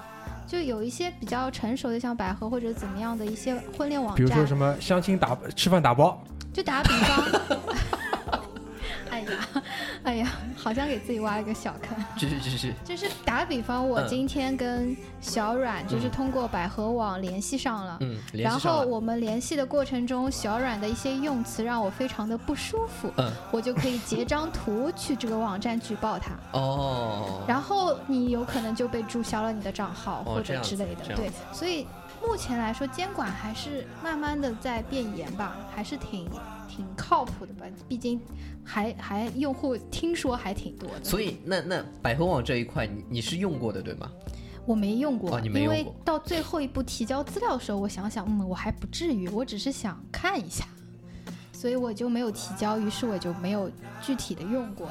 D: 就有一些比较成熟的，像百合或者怎么样的一些婚恋网
B: 比如说
D: 站，
B: 什么相亲打吃饭打包，
D: 就打比方， 哎呀，哎呀，好像给自己挖了个小坑。
C: 继续继续，
D: 就是打比方，我
C: 嗯
D: 今天跟小阮就是
C: 嗯
D: 通过百合网联系上了，
C: 嗯，联
D: 然
C: 系上
D: 后
C: 了，
D: 我们联系的过程中，小阮的一些用词让我非常的不舒服，
C: 嗯，
D: 我就可以截张图去这个网站举报他。
C: 哦，
D: 然后你有可能就被注销了你的账号
C: 哦
D: 或
C: 这
D: 者
C: 样子
D: 之类
C: 这
D: 的，
C: 样
D: 对，所以目前来说监管还是慢慢的在变严吧，还是挺挺靠谱的吧，毕竟还还用户听说还挺多的，
C: 所以那那百合网这一块，你你是用过的对吗？
D: 我没用过，
C: 哦你没用
D: 因为
C: 过
D: 到最后一步提交资料的时候，我想想，嗯，我还不至于，我只是想看一下，所以我就没有提交，于是我就没有具体的用过。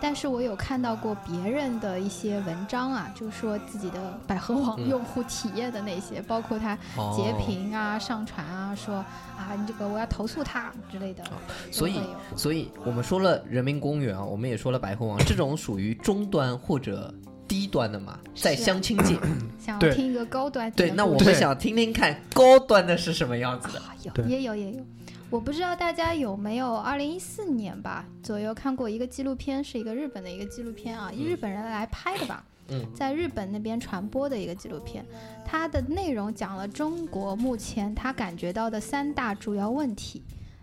D: 但是我有看到过别人的一些文章啊，就说自己的百合网
C: 嗯
D: 用户体验的那些，包括他
C: 哦
D: 截。屏啊、上传啊，说啊你这个我要投诉他之类的，
C: 哦所以
D: 都会有
C: 所以我们说了人民公园啊，我们也说了百合网，这种属于中端或者低端的嘛，在
D: 是
C: 相亲 界。
D: 想要
B: 对
D: 听一个高端
C: 嗯对，
D: 点的
C: 那
D: 故
C: 我
D: 事
C: 们想听听看高端的是什么样子的。
D: 啊，有
B: 对
D: 也有也有。我不知道大家有没有，二零一四年吧左右看过一个纪录片，是一个日本的一个纪录片啊，日本人来拍的吧，
C: 嗯
D: 在日本那边传播的一个纪录片，它的内容讲了中国目前他感觉到的三大主要问题，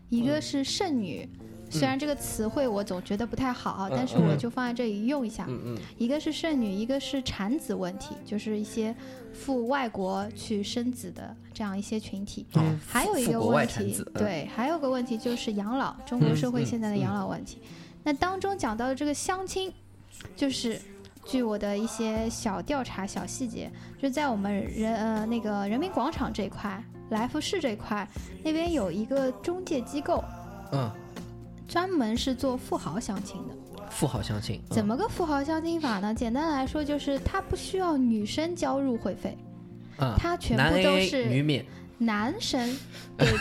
D: 一
C: 嗯
D: 个是剩女，虽然这个词汇我总觉得不太好，啊
C: 嗯
D: 但是
C: 嗯
D: 我就放在这里用一下，
C: 嗯嗯
D: 一个是剩女，一个是产子问题，就是一些赴外国去生子的这样一些群体。
C: 嗯
D: 还有一
C: 赴
D: 个
C: 国外
D: 问
C: 产
D: 题
C: 子，嗯
D: 对，还有个问题就是养老，中国社会
C: 嗯
D: 现在的
C: 嗯
D: 养老问题。那当中讲到的这个相亲，就是据我的一些小调查、小细节，就在我们人呃那个人民广场这一块、来福士这一块，那边有一个中介机构，
C: 嗯，
D: 专门是做富豪相亲的。
C: 富豪相亲嗯
D: 怎？么个富豪相亲法呢？简单来说，就是他不需要女生交入会费，
C: 嗯，
D: 他全
C: 男
D: 部都
C: A 女
D: 是
C: 免，
D: 男 生给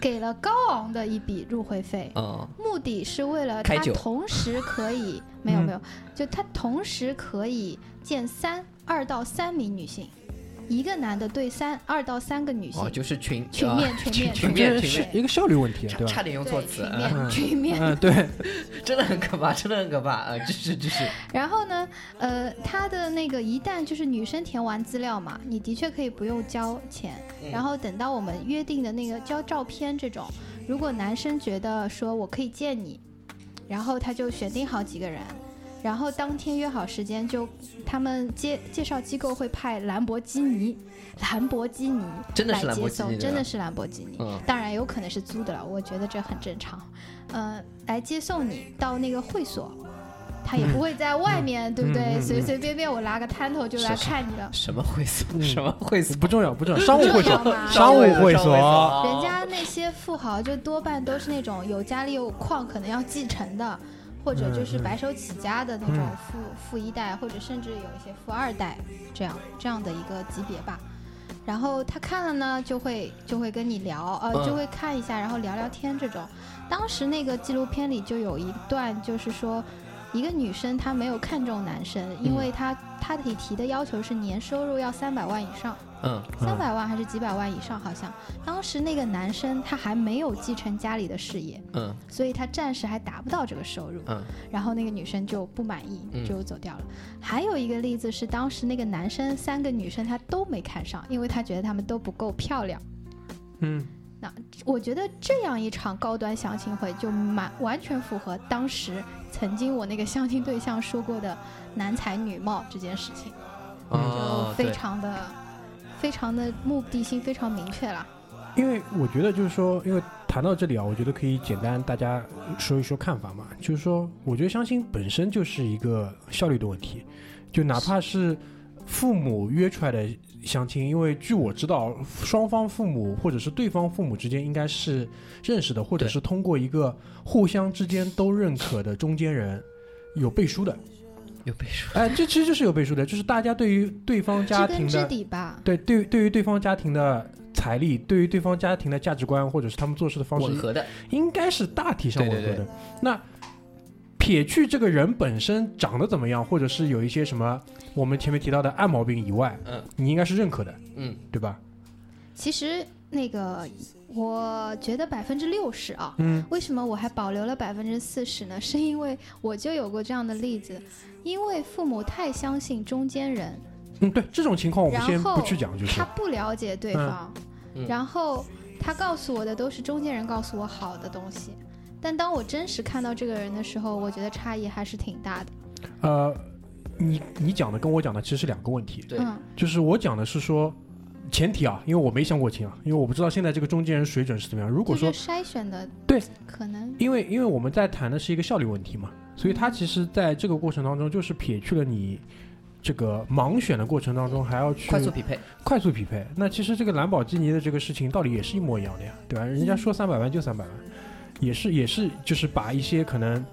D: 给了高昂的一笔入会费，
C: 嗯
D: 目的是为了
C: 开
D: 他
C: 酒
D: 同时 可以没有
B: 嗯
D: 没有，就他同时可以见三二到三名女性，一个男的对三二到三个女性，
C: 哦，就是群
D: 群
C: 啊
D: 面群面
C: 群
D: 面
C: 面
B: 这
C: 群
B: 呃是
C: 面，
B: 一个效率问题，
C: 差
B: 对吧
C: 差？点用错
D: 对
C: 词，
D: 群
C: 嗯
D: 面群面
B: 嗯，对，
C: 真的很可怕，真的很可怕啊！就是就是，
D: 然后呢，呃，他的那个一旦就是女生填完资料嘛，你的确可以不用交钱，
C: 嗯
D: 然后等到我们约定的那个交照片这种，如果男生觉得说我可以见你，然后他就选定好几个人。然后当天约好时间就，他们介介绍机构会派兰博基尼，兰博基尼
C: 真的
D: 来
C: 是兰博
D: 接
C: 基
D: 送
C: 尼，，
D: 真的
C: 是，
D: 是兰博基尼。
C: 嗯
D: 当然有可能是租的了，我觉得这很正常。呃，来接送你到那个会所，他也不会在外面，对不对？
B: 嗯嗯嗯嗯
D: 随随便便我拿个摊头就来看你了。
C: 什么会所？
B: 嗯
C: 什么会所？
B: 不重要，不重要，商务会
D: 重要
B: 所，
D: 吗
B: 商务会
C: 商务
B: 所，
D: 人家那些富豪就多半都是那种有家里有矿，可能要继承的，或者就是白手起家的那种
B: 嗯
D: 富、富一代，或者甚至有一些富二代这样这样的一个级别吧。然后他看了呢，就会就会跟你聊，呃，
C: 嗯
D: 就会看一下，然后聊聊天这种。当时那个纪录片里就有一段，就是说一个女生她没有看中男生，因为她她提提的要求是年收入要三百万以上。
C: 嗯
D: 三百万还是几百万以上，好像当时那个男生他还没有继承家里的事业，
C: 嗯
D: 所以他暂时还达不到这个收入。
C: 嗯
D: 然后那个女生就不满意
C: 嗯，
D: 就走掉了。还有一个例子是，当时那个男生三个女生他都没看上，因为他觉得她们都不够漂亮。
B: 嗯，
D: 我觉得这样一场高端相亲会就蛮完全符合当时曾经我那个相亲对象说过的男才女貌这件事情，嗯就
C: 哦，
D: 非
C: 对，
D: 常的、非常的目的性非常明确了。
B: 因为我觉得就是说，因为谈到这里啊，我觉得可以简单大家说一说看法嘛。就是说，我觉得相亲本身就是一个效率的问题，就哪怕是父母约出来的相亲，因为据我知道，双方父母或者是对方父母之间应该是认识的，或者
C: 对
B: 是通过一个互相之间都认可的中间人有背书的。
C: 有背书，
B: 哎，这其实就是有背书的，就是大家对于对方
D: 知
B: 家庭
D: 根
B: 的
D: 知底吧。
B: 对，对于对于对方家庭的财力，对于对方家庭的价值观，或者是他们做事的方
C: 吻
B: 式，
C: 合的，
B: 应该是大体上
C: 对
B: 吻
C: 对
B: 合的。那撇去这个人本身长得怎么样，或者是有一些什么我们前面提到的暗毛病以外，
C: 嗯，
B: 你应该是认可的，
C: 嗯
B: 对吧？
D: 其实那个，我觉得百分之六十啊，
B: 嗯
D: 为什么我还保留了百分之四十呢？ 是因为我就有过这样的例子，因为父母太相信中间人，
B: 嗯，对，这种情况我们
D: 然
B: 先
D: 后
B: 不去讲，就是
D: 他不了解对方，
C: 嗯
D: 然后他告诉我的都是中间人告诉我好的东西。但当我真实看到这个人的时候，我觉得差异还是挺大的。
B: 呃，你你讲的跟我讲的其实是两个问题，
C: 对，
D: 嗯，
B: 就是我讲的是说。前提啊，因为我没相过亲啊，因为我不知道现在这个中间人水准是怎么样。如果
D: 就
B: 说
D: 是筛选的，
B: 对，
D: 可能
B: 因为因为我们在谈的是一个效率问题嘛，所以它其实在这个过程当中，就是撇去了你这个盲选的过程当中，还要去
C: 快速匹配，
B: 快速匹配。那其实这个兰博基尼的这个事情道理也是一模一样的呀，对吧？
C: 嗯
B: 人家说三百万就三百万，也是也是就是把一些可能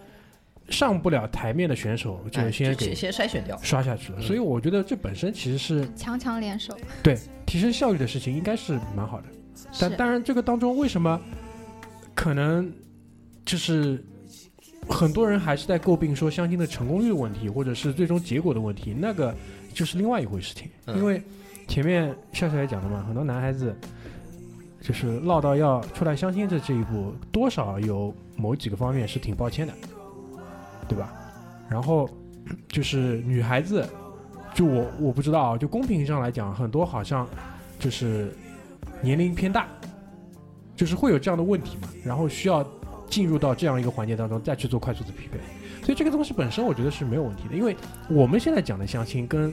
B: 上不了台面的选手就
C: 哎
B: 先
C: 先
B: 给
C: 先筛选掉，
B: 刷下去了。
C: 嗯
B: 所以我觉得这本身其实是
D: 强强联手。
B: 对提升效率的事情，应该是蛮好的。
D: 是
B: 但当然，这个当中为什么可能就是很多人还是在诟病说相亲的成功率的问题，或者是最终结果的问题，那个就是另外一回事情。
C: 嗯
B: 因为前面笑笑也讲了嘛，很多男孩子就是落到要出来相亲的这一步，多少有某几个方面是挺抱歉的，对吧？然后就是女孩子，就我我不知道啊，就公平上来讲，很多好像就是年龄偏大，就是会有这样的问题嘛，然后需要进入到这样一个环节当中再去做快速的匹配。所以这个东西本身我觉得是没有问题的，因为我们现在讲的相亲跟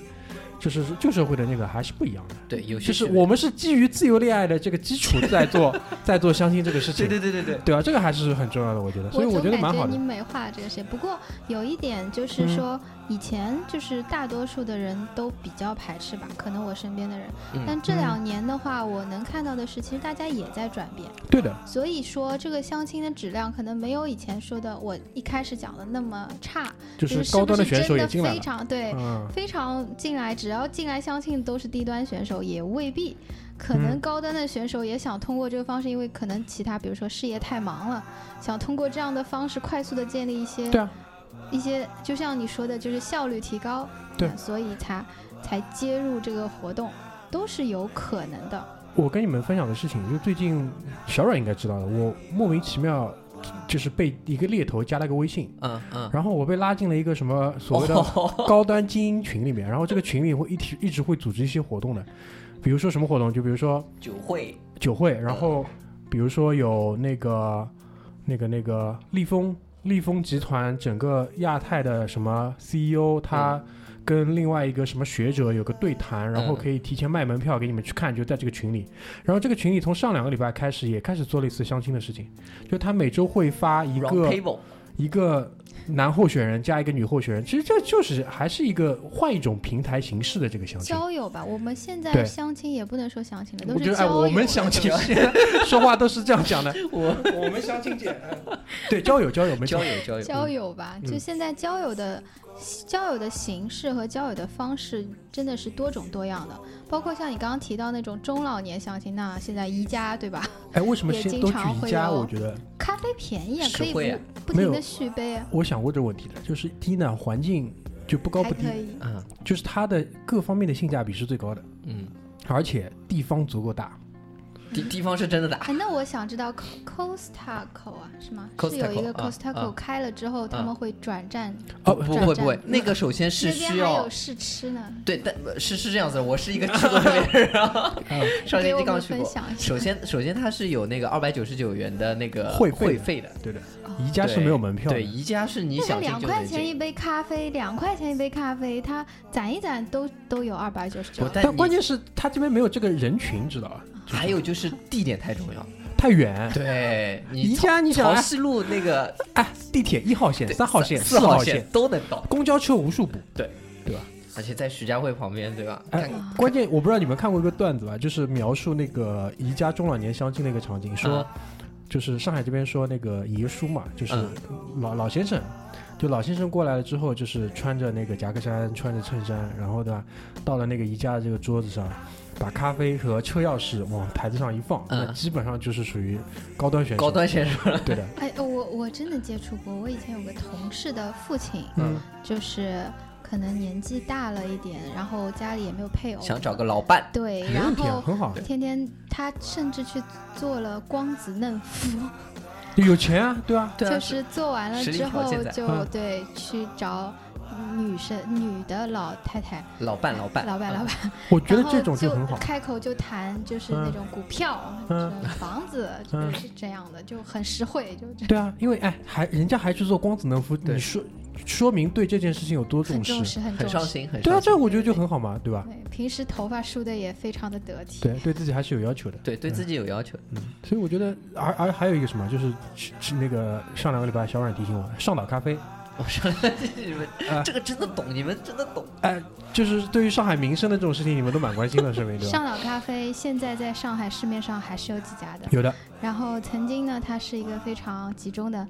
B: 就是旧社会的那个还是不一样的。
C: 对，有些
B: 就是
C: 学
B: 我们是基于自由恋爱的这个基础在做在做相亲这个事情，
C: 对对对对对，
B: 对啊吧？这个还是很重要的，我觉得，所以
D: 总
B: 觉得蛮
D: 感
B: 好
D: 觉
B: 的嗯
D: 你。美化这个谁，不过有一点就是说，以前就是大多数的人都比较排斥吧，可能我身边的人。
C: 嗯
D: 但这两年的话，我能看到的是，其实大家也在转变。
B: 对的，
D: 所以说，这个相亲的质量可能没有以前说的我一开始讲的那么差，
B: 就
D: 就是是
B: 高端
D: 的
B: 选手也进来
D: 非
B: 了，
D: 常对，
B: 嗯，
D: 非常进来，只要进来相亲都是低端选手，也未必。可能
B: 嗯
D: 高端的选手也想通过这个方式，因为可能其他，比如说事业太忙了，想通过这样的方式快速的建立一些
B: 对啊，
D: 一些，就像你说的，就是效率提高，
B: 对
D: 嗯所以才才接入这个活动，都是有可能的。
B: 我跟你们分享的事情，就最近小阮应该知道的，我莫名其妙就是被一个猎头加了个微信，
C: 嗯嗯，
B: 然后我被拉进了一个什么所谓的
C: 哦，
B: 高端精英群里面，然后这个群里会一直一直会组织一些活动的，比如说什么活动，就比如说
C: 酒会，
B: 酒会，然后比如说有那个那个那个立丰立丰集团整个亚太的什么 CEO，他跟另外一个什么学者有个对谈，然后
C: 嗯
B: 可以提前卖门票给你们去看，就在这个群里。然后这个群里从上两个礼拜开始也开始做类似相亲的事情，就他每周会发一
C: round
B: 个
C: table，
B: 一个男候选人加一个女候选人，其实这就是还是一个换一种平台形式的这个相亲。
D: 交友吧，我们现在
B: 对
D: 相亲也不能说相亲了，
B: 我
D: 都
B: 觉
D: 是
B: 得哎，我
D: 交友
B: 们。相亲 说话都是这样讲的，
C: 我
B: 我们相亲界， 对交友交友没错
C: 嗯交，友交友，
D: 交友吧，
C: 嗯
D: 就现在交友的、交友的形式和交友的方式真的是多种多样的，包括像你刚刚提到那种中老年相亲，那现在宜家对吧？
B: 哎，为什么
D: 也
B: 先
D: 经
B: 都举
D: 常
B: 宜
D: 会
B: 家？
D: 有
B: 我觉得
D: 咖啡便宜啊，可以
C: 实惠啊
D: 不不
B: 没
D: 停
B: 有
D: 的续杯啊，
B: 我想过这个问题的，就是第一呢，环境就不高
D: 还
B: 不低
D: 可，以。
C: 嗯
B: 就是它的各方面的性价比是最高的，
C: 嗯，
B: 而且地方足够大。
C: 地地方是真的大，
D: 哎，那我想知道 Co- Costco 啊，是吗？是
C: Costco，
D: 有一个
C: 啊
D: Costco
C: 啊
D: 开了之后，他们会转站，
B: 哦
C: 不
D: 转
C: 会不会
D: 站，
C: 那个首先是
D: 那边
C: 需
D: 还
C: 要
D: 有。试吃呢。
C: 对，但是是这样子，我是一个吃过的 人，然后
B: 嗯
C: 上
D: 给
C: 星
D: 我
C: 期刚
D: 们
C: 去
D: 分
C: 过。
D: 享一下
C: 首，先，首先它是有那个二百九十九元的那个
B: 会费
C: 会费的，
B: 对的，
D: 哦
B: 宜家是没有门票的，
C: 对，宜家是你
D: 那才
C: 想进
D: 两
C: 就
D: 块
C: 能
D: 钱一
C: 进。
D: 杯咖啡，两块钱一杯咖啡，它攒一攒都都有二百九十九
C: 不，。
B: 但
C: 你
B: 关键是它这边没有这个人群，知道吧？
D: 哦
C: 还有就是地点太 重要。
B: 太远。
C: 对，你
B: 宜
C: 朝
B: 家你想
C: 朝
B: 哎
C: 西路 那个
B: 哎，地铁一号线、
C: 对
B: 三号线、
C: 四
B: 号
C: 线，都能到，
B: 公交车无数部。
C: 而且在徐家汇旁边，对吧？
B: 哎
C: 看，
B: 关键我不知道你们看过一个段子吧，就是描述那个宜家中老年相亲的一个场景，说
C: 啊
B: 就是上海这边说那个爷叔嘛，就是
C: 嗯
B: 老老先生，就老先生过来了之后，就是穿着那个夹克衫，穿着衬衫，然后呢，到了那个宜家的这个桌子上。把咖啡和车钥匙往台子上一放，
C: 嗯
B: 那基本上就是属于高端选手。
C: 高端先生，
B: 对的，
D: 哎，我我真的接触过，我以前有个同事的父亲，
B: 嗯，
D: 就是可能年纪大了一点，然后家里也没有配偶，
C: 想找个老伴，
D: 对，
B: 没
D: 然
B: 问题啊，
D: 后
B: 很好，
D: 天天他甚至去做了光子 嫩肤，
B: 有钱啊，对啊，
C: 对啊
D: 就，是做完了
C: 实力
D: 之
C: 条
D: 后
C: 件在
D: 就
B: 嗯
D: 对去找女生女的老太太，
C: 老伴老嗯伴
D: 老板老板，
B: 我觉得
D: 然后
B: 这种就很好。
D: 开口就谈就是那
B: 嗯
D: 种股票、
B: 嗯
D: 就是房子，
B: 嗯
D: 就是这样的，就很实惠，就这
B: 对啊，因为哎，还人家还去做光子嫩肤，
C: 对
B: 你说说明对这件事情有多
D: 很
B: 重视。
D: 重视，很
C: 很
D: 重
C: 伤
D: 视。
C: 心，很
B: 对啊，
C: 伤
B: 这
C: 心。
B: 个我觉得就很好嘛，对吧？
D: 对，平时头发梳的也非常的得体。
B: 啊对，对自己还是有要求的。
C: 对，对自己有要求。
B: 嗯，所以我觉得，而而还有一个什么，就是是是那个上两个礼拜小阮提醒我，上岛咖啡，
C: 我说你们
B: 啊
C: 这个真的懂，你们真的懂。
B: 哎，就是对于上海民生的这种事情，你们都蛮关心的，是没对吧？
D: 上岛咖啡现在在上海市面上还是有几家的。
B: 有的，
D: 然后曾经呢，它是一个非常集中的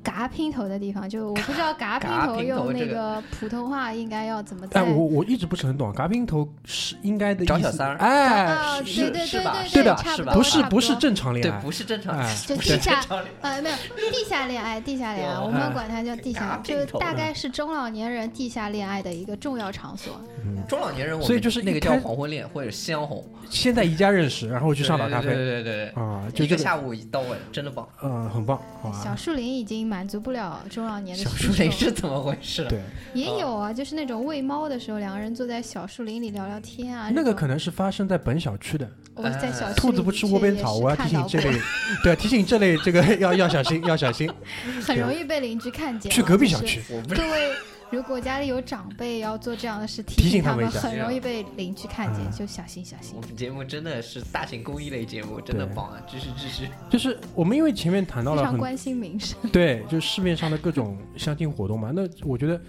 D: 嘎姘头的地方，就我不知道嘎姘
C: 嘎姘
D: 头
C: 头
D: 用那
C: 这个
D: 个普通话应该要怎么在哦
B: 哎，我我一直不是很懂，嘎冰头是应该的意思，
C: 找小三儿
B: 哎，
D: 啊，
C: 是
D: 对对
C: 是
D: 对
C: 吧
D: 对
B: 对的
D: 差
C: 是
D: 不
C: 吧
D: 多，
B: 不是
D: 差
B: 不
D: 多
B: 是正常恋
C: 对，
B: 爱，
C: 不是正常
B: 哎，
D: 就
C: 不
D: 地
C: 是
D: 下
C: 正常人。
D: 呃，没有地下恋爱，地下恋爱，
C: 哦
D: 我
B: 嗯
D: 们管它叫地
C: 嘎
D: 下，
C: 姘
D: 就
C: 头
D: 大概是中老年人地下恋爱的一个重要场所。
B: 嗯
C: 中老年人，我们
B: 所以就是
C: 那个
B: 一开
C: 叫黄昏恋或者夕阳红，
B: 先在宜家认识，然后去上岛咖
C: 对
B: 啡
C: 对对对对
B: 啊，
C: 对，
B: 就
C: 一个
B: 这
C: 哎
B: 个，
C: 下午一到晚，真的棒。
B: 嗯，很棒，好吧？
D: 小树林已经满足不了中老年的
C: 小
D: 需
C: 树林
D: 求。
C: 是怎么回事？
B: 对，
D: 也有啊，就是那种喂猫的时候，两个人坐在小树林里聊聊天啊。
B: 那
D: 这
B: 个
D: 种
B: 可能是发生在本小区的。
D: 我在小区
B: 兔子
D: 里
B: 不吃
D: 的
B: 窝
D: 确
B: 边
D: 也
B: 草，
D: 是
B: 我要提
D: 看
B: 醒
D: 到
B: 这
D: 过
B: 类，对，提醒这类这个要要小心，要小心，
D: 很容易被邻居看见啊。
B: 去隔壁
D: 就
B: 小
D: 是
B: 区。
C: 我不
D: 各位，如果家里有长辈要做这样的事，
B: 提醒
D: 醒
B: 他们
D: 们，
B: 一下
D: 很容易被邻居看见，
B: 嗯
D: 就小心小心
C: 我。们节目真的是大型公益类节目，真的
B: 对
C: 棒啊！支持支持。
B: 就是我们因为前面谈到
D: 非
B: 了
D: 常
B: 很
D: 关心民生，
B: 对，就市面上的各种相亲活动嘛。那我觉得，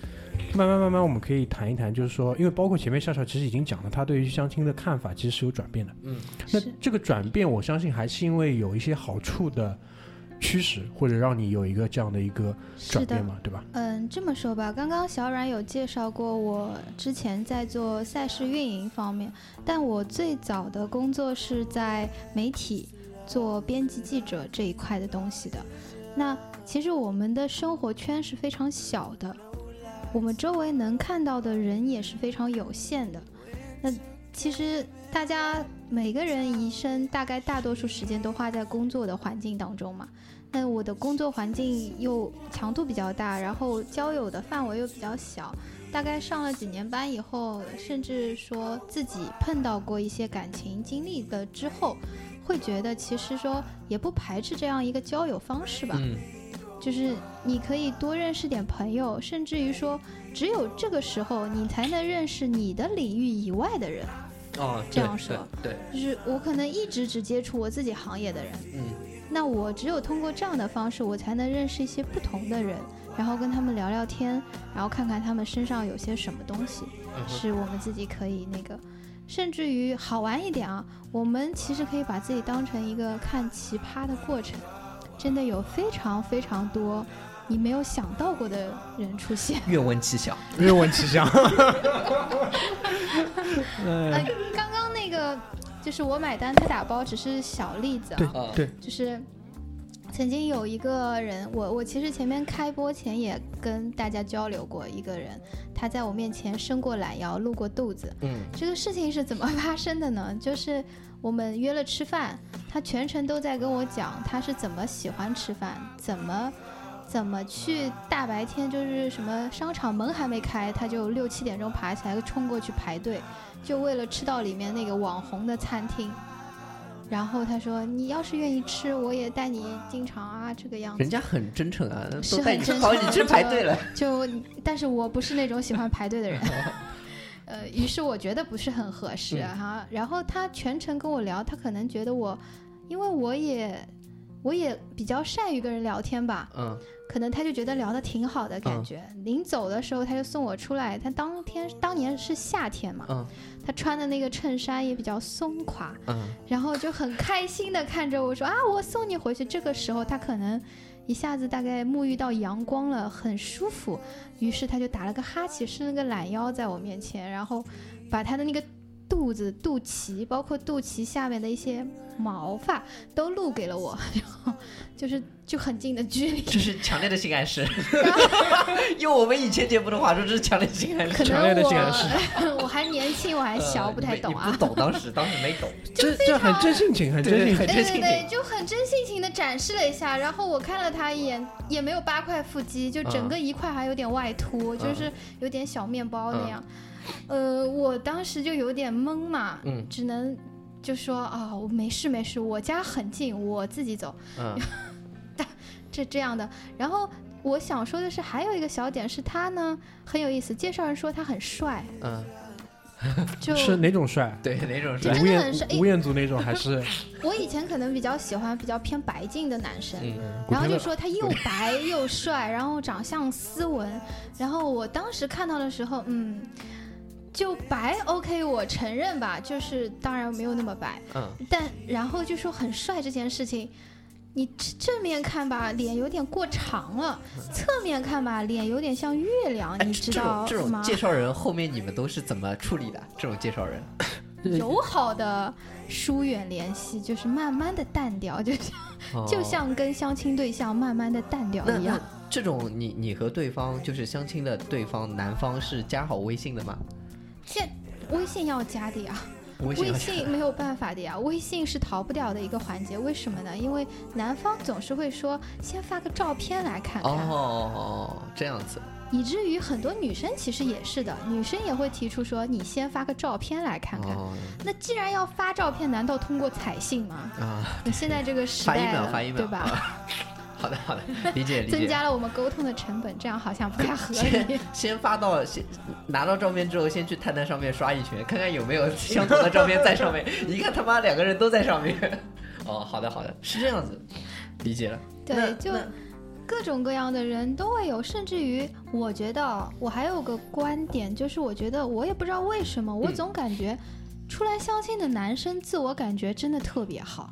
B: 慢慢慢慢，我们可以谈一谈，就是说，因为包括前面笑笑其实已经讲了，他对于相亲的看法其实是有转变的。
C: 嗯，
B: 那
D: 是
B: 这个转变，我相信还是因为有一些好处的驱使，或者让你有一个这样的一个转
D: 是的
B: 变，嘛，对吧？
D: 嗯，这么说吧，刚刚小冉有介绍过，我之前在做赛事运营方面，但我最早的工作是在媒体做编辑记者这一块的东西的。那其实我们的生活圈是非常小的，我们周围能看到的人也是非常有限的。那其实大家每个人一生大概大多数时间都花在工作的环境当中嘛。那我的工作环境又强度比较大，然后交友的范围又比较小。大概上了几年班以后，甚至说自己碰到过一些感情经历的之后，会觉得其实说也不排斥这样一个交友方式吧。
C: 嗯，
D: 就是你可以多认识点朋友，甚至于说，只有这个时候你才能认识你的领域以外的人。
C: 哦，
D: 这样
C: 对
D: 说
C: 对，对
D: 就是我可能一直只接触我自己行业的人，
C: 嗯，
D: 那我只有通过这样的方式，我才能认识一些不同的人，然后跟他们聊聊天，然后看看他们身上有些什么东西。
C: 嗯哼
D: 是我们自己可以那个，甚至于好玩一点啊，我们其实可以把自己当成一个看奇葩的过程，真的有非常非常多你没有想到过的人出现。
C: 愿闻其详。
B: 愿闻其 详。哎
D: 呃，刚刚那个就是我买单他打包，只是小例子啊，
C: 啊
B: 对对，
D: 就是。曾经有一个人，我我其实前面开播前也跟大家交流过一个人，他在我面前伸过懒腰，露过肚子，
C: 嗯，
D: 这个事情是怎么 发生的呢？就是我们约了吃饭，他全程都在跟我讲他是怎么喜欢吃饭，怎么怎么去大白天就是什么商场门还没开，他就六七点钟爬起来冲过去排队，就为了吃到里面那个网红的餐厅。然后他说：“你要是愿意吃，我也带你经常啊，这个样子
C: 人。家很真诚啊，
D: 是
C: 都带
D: 很
C: 你去
D: 真
C: 跑，
D: 诚啊
C: 你去排 队了。”
D: 就，但是我不是那种喜欢排队的人。呃，于是我觉得不是很合适
C: 嗯
D: 哈、然后他全程跟我聊，他可能觉得我，因为我也我也比较善于跟人聊天吧，
C: 嗯，
D: 可能他就觉得聊得挺好的感
C: 嗯
D: 觉。临走的时候，他就送我出来。他当天当年是夏天嘛，
C: 嗯
D: 他穿的那个衬衫也比较松垮，
C: 嗯，
D: 然后就很开心的看着我说啊，我送你回去。这个时候他可能一下子大概沐浴到阳光了，很舒服，于是他就打了个哈欠，伸了个懒腰在我面前，然后把他的那个肚子、肚脐，包括肚脐下面的一些毛发都露给了我， 然后就是就很近的距离，
C: 这是强烈的性暗示。用我们以前节目的话说，这是强烈的性暗
D: 可
C: 示。
B: 强烈
D: 能
B: 的
D: 我
B: 性暗示
D: 我还年轻，我还小，
C: 呃
D: 不太
C: 你没
D: 懂啊
C: 你。不懂，当时当时没懂。
B: 这这很真性情，很真性
C: 很
B: 情。
C: 真
D: 对
C: 性情
D: 对对，。就很真性情的展示了一下，然后我看了他一眼，也没有八块腹肌，就
C: 嗯
D: 整个一块还有点外凸，就是有点小面包
C: 嗯
D: 那样。呃，我当时就有点懵嘛，
C: 嗯
D: 只能就说啊、我没事没事，我家很近，我自己走，
C: 嗯
D: 这这样的。然后我想说的是，还有一个小点是他呢很有意思，介绍人说他很帅，
C: 嗯，
D: 就是
B: 哪种帅？
C: 对，哪种
D: 就
C: 帅？
D: 真
B: 吴
D: 的很
B: 彦
D: 帅。哎
B: 吴彦祖那种还 是？
D: 我以前可能比较喜欢比较偏白净的男生，
C: 嗯，
B: 我
D: 然后
B: 觉
D: 就
B: 得
D: 说他又白又帅， 然后长相斯文，然后我当时看到的时候，嗯，就白 OK，我承认吧，就是当然没有那么白，
C: 嗯，
D: 但然后就说很帅这件事情，你正正面看吧，脸有点过长了，侧面看吧，脸有点像月
C: 嗯
D: 亮，
C: 哎，
D: 你
C: 这
D: 知
C: 这种
D: 道
C: 这种
D: 吗？
C: 介绍人后面你们都是怎么处理的？这种介绍人，
D: 友好的疏远联系，就是慢慢的淡掉， 就像、
C: 哦
D: 就像跟相亲对象慢慢的淡掉
C: 那
D: 一样
C: 那。这种你你和对方就是相亲的对方男方是加好微信的吗？
D: 现微信要加的呀，啊
C: 微信
D: 微
C: 好像
D: 信没有办法的呀，微信是逃不了的一个环节，为什么呢？因为男方总是会说先发个照片来看看，
C: 哦，这样子，
D: 以至于很多女生其实也是的，女生也会提出说你先发个照片来看看。
C: 哦
D: 那既然要发照片，难道通过彩信吗？
C: 啊，
D: 那现在这个时
C: 发一
D: 代
C: 秒
D: 了，
C: 发一秒
D: 对吧？
C: 好的好的，理解理
D: 增
C: 解。
D: 加了我们沟通的成本，这样好像不 太合理
C: 先。先发到先拿到照片之后，先去探探上面刷一圈，看看有没有相同的照片在 上面。一看他妈两个人都在上面。 哦，好的好的，是这样子，理解了。那
D: 对，就
C: 那
D: 各种各样的人都会有，甚至于我觉得哦我还有个观点，就是我觉得我也不知道为什么，我
C: 嗯
D: 总感觉出来相亲的男生自我感觉真的特别好，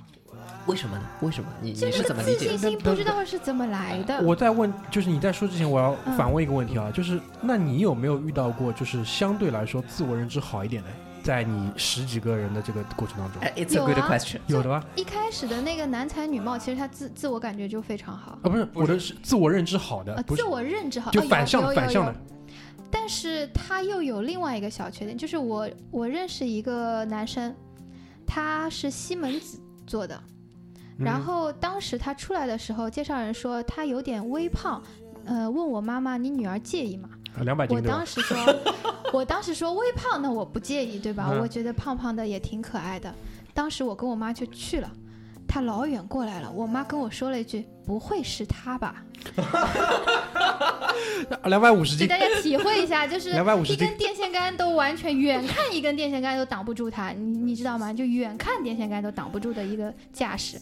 C: 为什么呢？为什么？你
D: 就
C: 你
D: 那
C: 是
D: 个
C: 怎么理
D: 自啊
C: 解
D: 信
C: 的？
D: 心不知道是怎么来的。
B: 我在问，就是你在说之前，我要
D: 嗯
B: 反问一个问题啊，就是那你有没有遇到过，就是相对来说自我认知好一点的，在你十几个人的这个过程当中，
C: 哎，It's a
D: 有
C: good
D: 啊
C: question。
B: 有的吧？
D: 一开始的那个男才女貌，其实他自自我感觉就非常好
B: 啊，，不是，
E: 不
B: 我
E: 是
B: 的是自我认知好的
D: 呃，，
B: 不是
D: 自我认知好，
B: 就
D: 啊有
B: 反
D: 有
B: 向
D: 有
B: 反向
D: 有
B: 的，
D: 但是他又有另外一个小缺点，就是我我认识一个男生，他是西门子做的，
B: 嗯
D: 然后当时他出来的时候，介绍人说他有点微胖，呃，问我妈妈你女儿介意吗？
B: 啊两百
D: 我
B: 斤对吧
D: 当？时说， 我当时说微胖那我不介意，对吧？
B: 嗯
D: 我觉得胖胖的也挺可爱的。当时我跟我妈就去了，她老远过来了，我妈跟我说了一句：“不会是他吧？”
B: 啊两百五十
D: 给
B: 斤，
D: 大家体会一 下，就是
B: 250斤
D: 一根电线杆都完全远看一根电线杆都挡不住他，你你知道吗？就远看电线杆都挡不住的一个架势。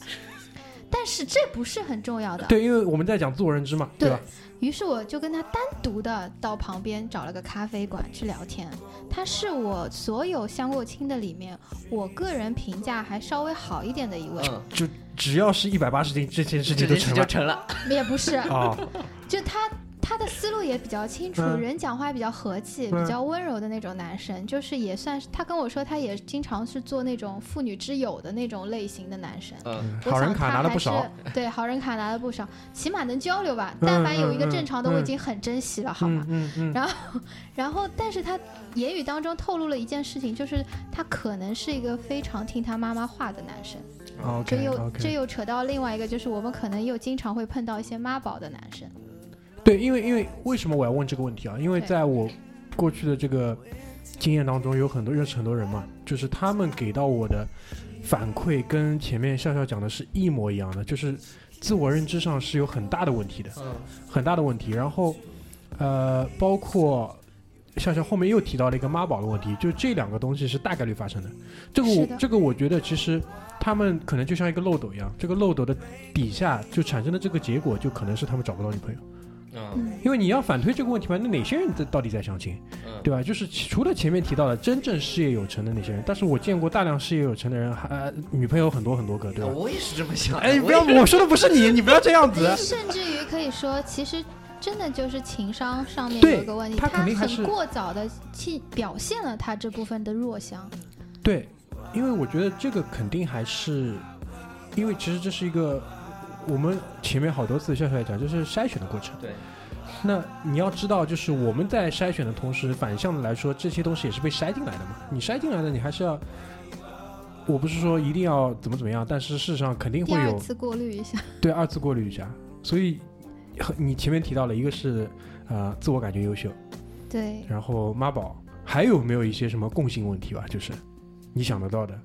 D: 但是这不是很重要的，
B: 对，因为我们在讲自我认知嘛，
D: 对
B: 吧？
D: 于是我就跟他单独的到旁边找了个咖啡馆去聊天。他是我所有相过亲的里面，我个人评价还稍微好一点的一位，
C: 嗯，
B: 就只要是一百八十斤，这件事
C: 这
B: 情都
C: 件事
B: 成
C: 就
B: 了
C: 成了。
D: 也不是，
B: 啊。
D: 就他他的思路也比较清楚，
B: 嗯
D: 人讲话也比较和气，
B: 嗯
D: 比较温柔的那种男生，就是也算是他跟我说，他也经常是做那种妇女之友的那种类型的男生。
C: 嗯，
D: 我
B: 好人
D: 想
B: 卡
D: 他
B: 拿了
D: 还
B: 不少嗯
D: 是，对，好人卡拿了不少，起码能交流吧。但凡有一个正常的，
B: 嗯嗯
D: 我已经很珍惜了，好吗？
B: 嗯嗯嗯，
D: 然后，但是他言语当中透露了一件事情，就是他可能是一个非常听他妈妈话的男生。
B: 啊
D: 这
B: ，OK
D: 又这
B: OK。
D: 又扯到另外一个，就是我们可能又经常会碰到一些妈宝的男生。
B: 对，因为因为为什么我要问这个问题啊？因为
D: 对
B: 在我过去的这个经验当中，有很多认识很多人嘛，就是他们给到我的反馈跟前面笑笑讲的是一模一样的，就是自我认知上是有很大的问题的。
C: 嗯，
B: 很大的问题。然后，呃，包括笑笑后面又提到了一个妈宝的问题，就这两个东西是大概率发生的。这个我
D: 是的
B: 这个我觉得其实他们可能就像一个漏斗一样，这个漏斗的底下就产生的这个结果，就可能是他们找不到女朋友。
C: 嗯
D: 嗯，
B: 因为你要反推这个问题嘛，那哪些人在到底在相亲，
C: 嗯
B: 对吧？就是其除了前面提到的真正事业有成的那些人，但是我见过大量事业有成的人，还、呃、女朋友很多很多个，对吧？
C: 我也是这么想的。
B: 哎，
C: 我
B: 不要，
C: 也
B: 我说的不是你，你不要这样子。
D: 甚至于可以说，其实真的就是情商上面
B: 对
D: 有一个问题，
B: 他肯定还是
D: 很过早的去表现了他这部分的弱项。
B: 对，因为我觉得这个肯定还是，因为其实这是一个我们前面好多次笑笑也讲，就是筛选的过程。
C: 对，
B: 那你要知道，就是我们在筛选的同时，反向的来说，这些东西也是被筛进来的嘛。你筛进来的，你还是要，我不是说一定要怎么怎么样，但是事实上肯定会
D: 第二
B: 有
D: 次过滤一下，
B: 对二次过滤一下。所以你前面提到了一个是呃自我感觉优秀，
D: 对，
B: 然后妈宝，还有没有一些什么共性问题吧？就是你想得到的。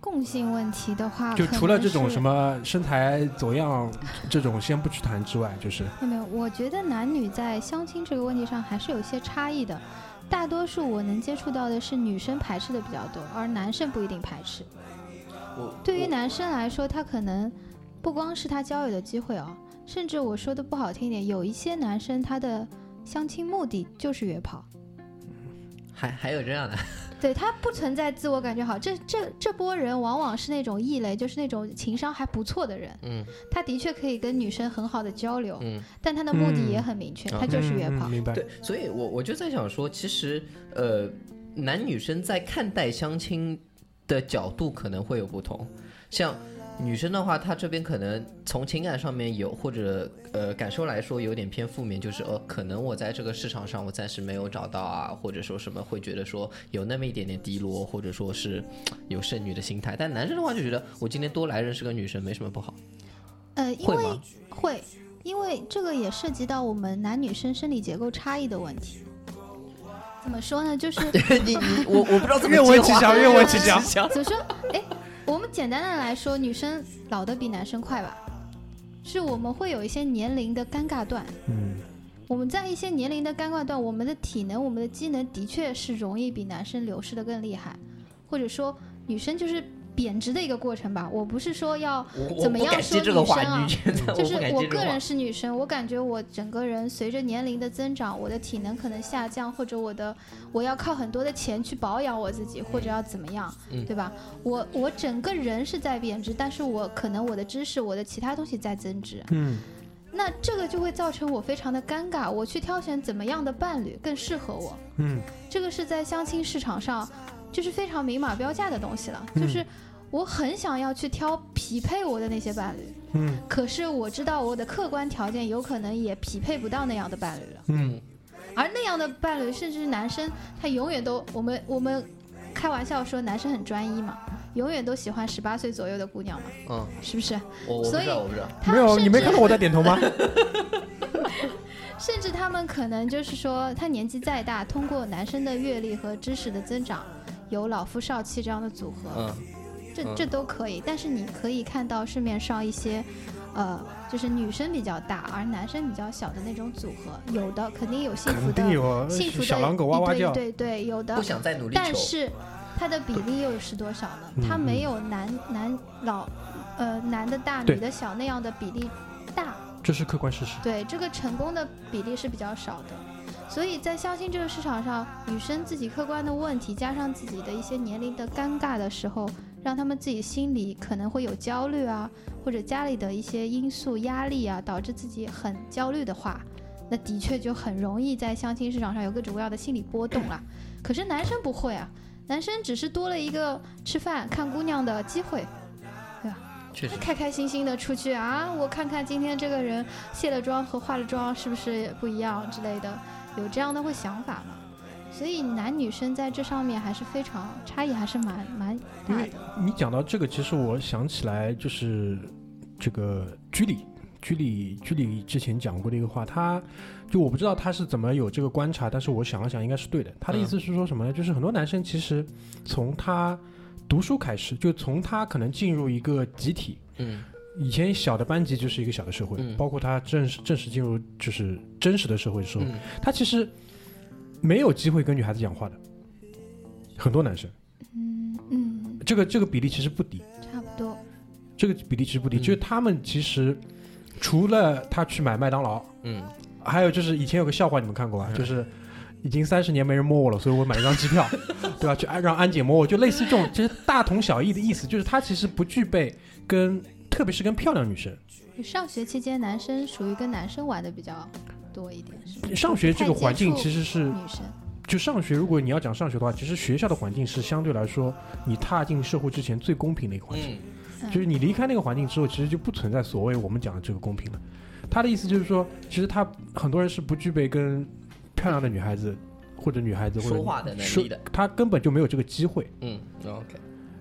D: 共性问题的话，
B: 就
D: 啊可
B: 除了
D: 能
B: 这种
D: 是
B: 什么身材走样这种先不去谈之外，就是
D: 没有，我觉得男女在相亲这个问题上还是有一些差异的。大多数我能接触到的是女生排斥的比较多，而男生不一定排斥。
C: 我
D: 对于
C: 我
D: 男生来说，他可能不光是他交友的机会哦，甚至我说的不好听一点，有一些男生他的相亲目的就是约炮，
C: 还还有这样的，
D: 对他不存在自我感觉好。这这这波人往往是那种异类，就是那种情商还不错的人，
C: 嗯
D: 他的确可以跟女生很好的交流，
C: 嗯。
D: 但他的目的
B: 嗯
D: 也很明确，
C: 啊
D: 他就是约炮
B: 嗯嗯。明白？
C: 对，所以我我就在想说，其实呃，男女生在看待相亲的角度可能会有不同。像女生的话，她这边可能从情感上面有或者呃感受来说有点偏负面，就是哦，可能我在这个市场上我暂时没有找到啊，或者说什么会觉得说有那么一点点低落，或者说是嘖有剩女的心态。但男生的话就觉得我今天多来认识个女生没什么不好，
D: 呃，因
C: 会
D: 为
C: 吗？
D: 会，因为这个也涉及到我们男女生生理结构差异的问题。怎么说呢？就是
C: 你你我我不知道怎么
B: 愿闻
C: 接
B: 其
C: 话
B: 详，愿闻其详。
D: 怎么说？哎，我们简单的来说，女生老的比男生快吧，是我们会有一些年龄的尴尬段。
B: 嗯，
D: 我们在一些年龄的尴尬段，我们的体能、我们的机能的确是容易比男生流失的更厉害，或者说女生就是贬值的一个过程吧。我不是说要，
C: 我我
D: 怎么
C: 不
D: 样
C: 敢
D: 说
C: 接这个
D: 女
C: 话，
D: 生啊
C: 你觉得
D: 就
C: 我
D: 是
C: 不敢
D: 我
C: 接这个话
D: 个人。是女生，我感觉我整个人随着年龄的增长，我的体能可能下降，或者我的我要靠很多的钱去保养我自己，或者要怎么样，
C: 嗯
D: 对吧？我我整个人是在贬值，但是我可能我的知识、我的其他东西在增值，
B: 嗯，
D: 那这个就会造成我非常的尴尬，我去挑选怎么样的伴侣更适合我。
B: 嗯，
D: 这个是在相亲市场上，就是非常明码标价的东西了，
B: 嗯
D: 就是我很想要去挑匹配我的那些伴侣，
B: 嗯，
D: 可是我知道我的客观条件有可能也匹配不到那样的伴侣了，
B: 嗯，
D: 而那样的伴侣，甚至是男生，他永远都我们我们开玩笑说男生很专一嘛，永远都喜欢十八岁左右的姑娘嘛，
C: 嗯，
D: 是不是？
C: 我我不
D: 所
C: 知
D: 以
C: 道，我不知道。
D: 他
B: 没
D: 们
B: 有，
D: 甚
B: 你没
D: 至
B: 看到我在点头 吗？
D: 甚至他们可能就是说，他年纪再大，通过男生的阅历和知识的增长，有老夫少妻这样的组合，
C: 嗯，
D: 这
C: 嗯
D: 这都可以。但是你可以看到市面上一些，呃，就是女生比较大，而男生比较小的那种组合，有的肯定有幸福
B: 肯定
D: 的，
B: 有啊
D: 幸福的
B: 小狼狗哇哇
D: 一对
B: 叫。
D: 对对，有的
C: 不，想再努力
D: 呃但
C: 求。
D: 是它的比例又是多少呢？
B: 嗯
D: 它没有男男老，呃，男的大
B: 对
D: 女的小那样的比例大。
B: 这是客观事实。
D: 对，这个成功的比例是比较少的，所以在相亲这个市场上，女生自己客观的问题，加上自己的一些年龄的尴尬的时候，让她们自己心里可能会有焦虑啊，或者家里的一些因素压力啊，导致自己很焦虑的话，那的确就很容易在相亲市场上有各种各样的心理波动啦。可是男生不会啊，男生只是多了一个吃饭看姑娘的机会，
C: 确实，
D: 开开心心的出去啊，我看看今天这个人卸了妆和化了妆是不是不一样之类的，有这样的会想法吗？所以男女生在这上面还是非常差异，还是蛮蛮大的。
B: 你讲到这个，其实我想起来就是这个居里，居里居里之前讲过的一个话，他就我不知道他是怎么有这个观察，但是我想了想，应该是对的。他的意思是说什么呢？就是很多男生其实从他读书开始，就从他可能进入一个集体。
C: 嗯
B: 以前小的班级就是一个小的社会，
C: 嗯
B: 包括他正式正式进入就是真实的社会之后，
C: 嗯，
B: 他其实没有机会跟女孩子讲话的。很多男生，
D: 嗯嗯，
B: 这个这个比例其实不低。
D: 差不多。
B: 这个比例其实不低。
C: 嗯
B: 就是他们其实除了他去买麦当劳，
C: 嗯，
B: 还有就是以前有个笑话你们看过吧？
C: 嗯
B: 就是已经三十年没人摸我了，所以我买一张机 票，对吧？去安让安检摸我，就类似这种，其实大同小异的意思。就是他其实不具备跟，特别是跟漂亮女生，
D: 上学期间，男生属于跟男生玩的比较多一点，是吧
B: 上学这个环境
D: 太接触
B: 其实是
D: 女生
B: 就上学，如果你要讲上学的话，其实学校的环境是相对来说你踏进社会之前最公平的一个环境。
C: 嗯
B: 就是你离开那个环境之后，其实就不存在所谓我们讲的这个公平了。他的意思就是说，其实他很多人是不具备跟漂亮的女孩子或者女孩子或者
C: 说话的能
B: 说
C: 力的，
B: 他根本就没有这个机会。
C: 嗯，OK，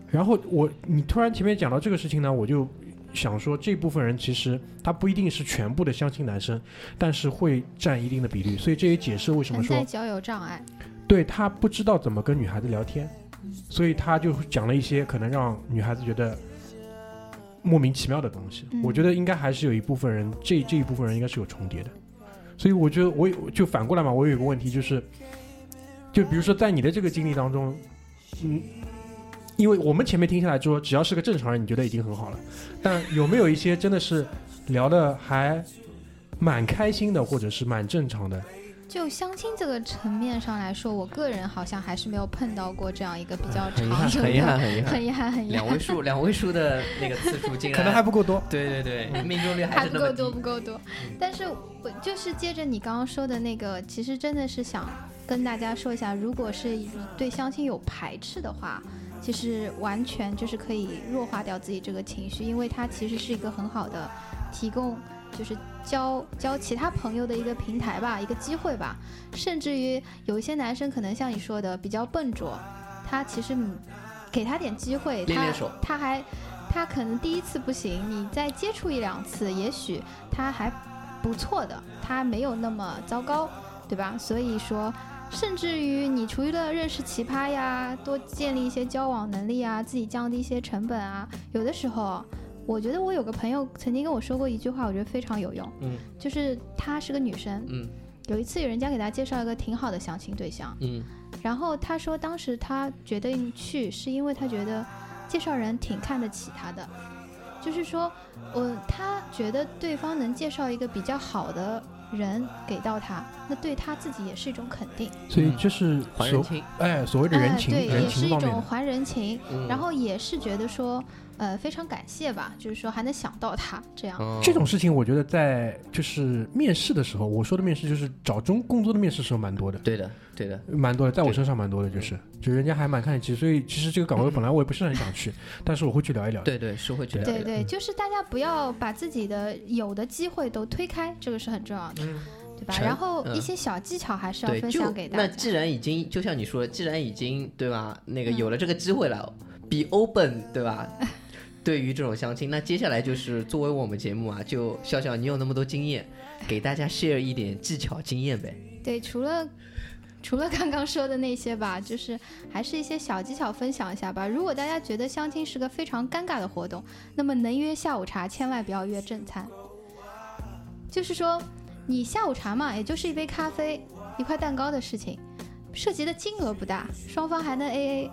B: 然后我你突然前面讲到这个事情呢，我就想说这部分人其实他不一定是全部的相亲男生，但是会占一定的比率，所以这也解释为什么
D: 存
B: 说
D: 在交友障碍。
B: 对他不知道怎么跟女孩子聊天，所以他就讲了一些可能让女孩子觉得莫名其妙的东西。
D: 嗯
B: 我觉得应该还是有一部分人，这这一部分人应该是有重叠的。所以我觉得我有就反过来嘛，我有一个问题就是，就比如说在你的这个经历当中，嗯，因为我们前面听下来说，只要是个正常人，你觉得已经很好了，但有没有一些真的是聊的还蛮开心的，或者是蛮正常的？
D: 就相亲这个层面上来说，我个人好像还是没有碰到过这样一个比较
C: 哎很遗
D: 长
C: 憾，
D: 久
C: 很遗
D: 的，
C: 憾，很遗憾，
D: 很遗憾，很遗
C: 两
D: 憾。
C: 位数，两位数的那个次数竟然
B: 可能还不够多。
C: 对对对，命中率还
D: 还
C: 是
D: 不
C: 那
D: 够
C: 么
D: 多，不
C: 低。嗯
D: 够多。但是我就是接着你刚刚说的那个，其实真的是想跟大家说一下，如果是对相亲有排斥的话，其实完全就是可以弱化掉自己这个情绪，因为它其实是一个很好的提供，就是交交其他朋友的一个平台吧，一个机会吧。甚至于有一些男生可能像你说的比较笨拙，他其实嗯给他点机会，
C: 练
D: 他
C: 练手
D: 他还他可能第一次不行，你再接触一两次，也许他还不错的，他没有那么糟糕，对吧？所以说，甚至于你除了认识奇葩呀，多建立一些交往能力啊，自己降低一些成本啊，有的时候。我觉得我有个朋友曾经跟我说过一句话，我觉得非常有用。
C: 嗯，
D: 就是她是个女生，
C: 嗯
D: 有一次有人家给她介绍一个挺好的相亲对象，
C: 嗯
D: 然后她说当时她决定去，是因为她觉得介绍人挺看得起她的，就是说，呃，她觉得对方能介绍一个比较好的人给到她，那对她自己也是一种肯定，
B: 所以这是
C: 还人
B: 所
C: 情。
B: 哎所谓的人情
D: 哎、对，
B: 人
D: 也是
B: 情
D: 一
B: 方面
D: 种
B: 的，
D: 还人情，
C: 嗯
D: 然后也是觉得说，呃，非常感谢吧，就是说还能想到她这样。
C: 嗯
B: 这种事情我觉得在就是面试的时候，我说的面试就是找中工作的面试时候蛮多的。
C: 对的对的，
B: 蛮多的，在我
C: 对
B: 身上蛮多的，就是，就人家还蛮看得起，所以其实这个岗位本来我也不是很想去， 但是我会去聊一聊。，
C: 对对是会觉得
D: 对
B: 嗯
D: 对，就是大家不要把自己的有的机会都推开，这个是很重要的，
C: 嗯
D: 对吧？
C: 成
D: 然后
C: 嗯
D: 一些小技巧还是要
C: 对，
D: 分
C: 就
D: 享给大
C: 那
D: 家。
C: 既然已经，就像你说，既然已经对吧，那个
D: 嗯
C: 有了这个机会了，比 open 对吧？ 对于这种相亲，那接下来就是作为我们节目啊，就笑笑，你有那么多经验，给大家 share 一点技巧经验呗。
D: 对，除了除了刚刚说的那些吧，就是还是一些小技巧分享一下吧。如果大家觉得相亲是个非常尴尬的活动，那么能约下午茶，千万不要约正餐。就是说，你下午茶嘛，也就是一杯咖啡、一块蛋糕的事情，涉及的金额不大，双方还能 A A，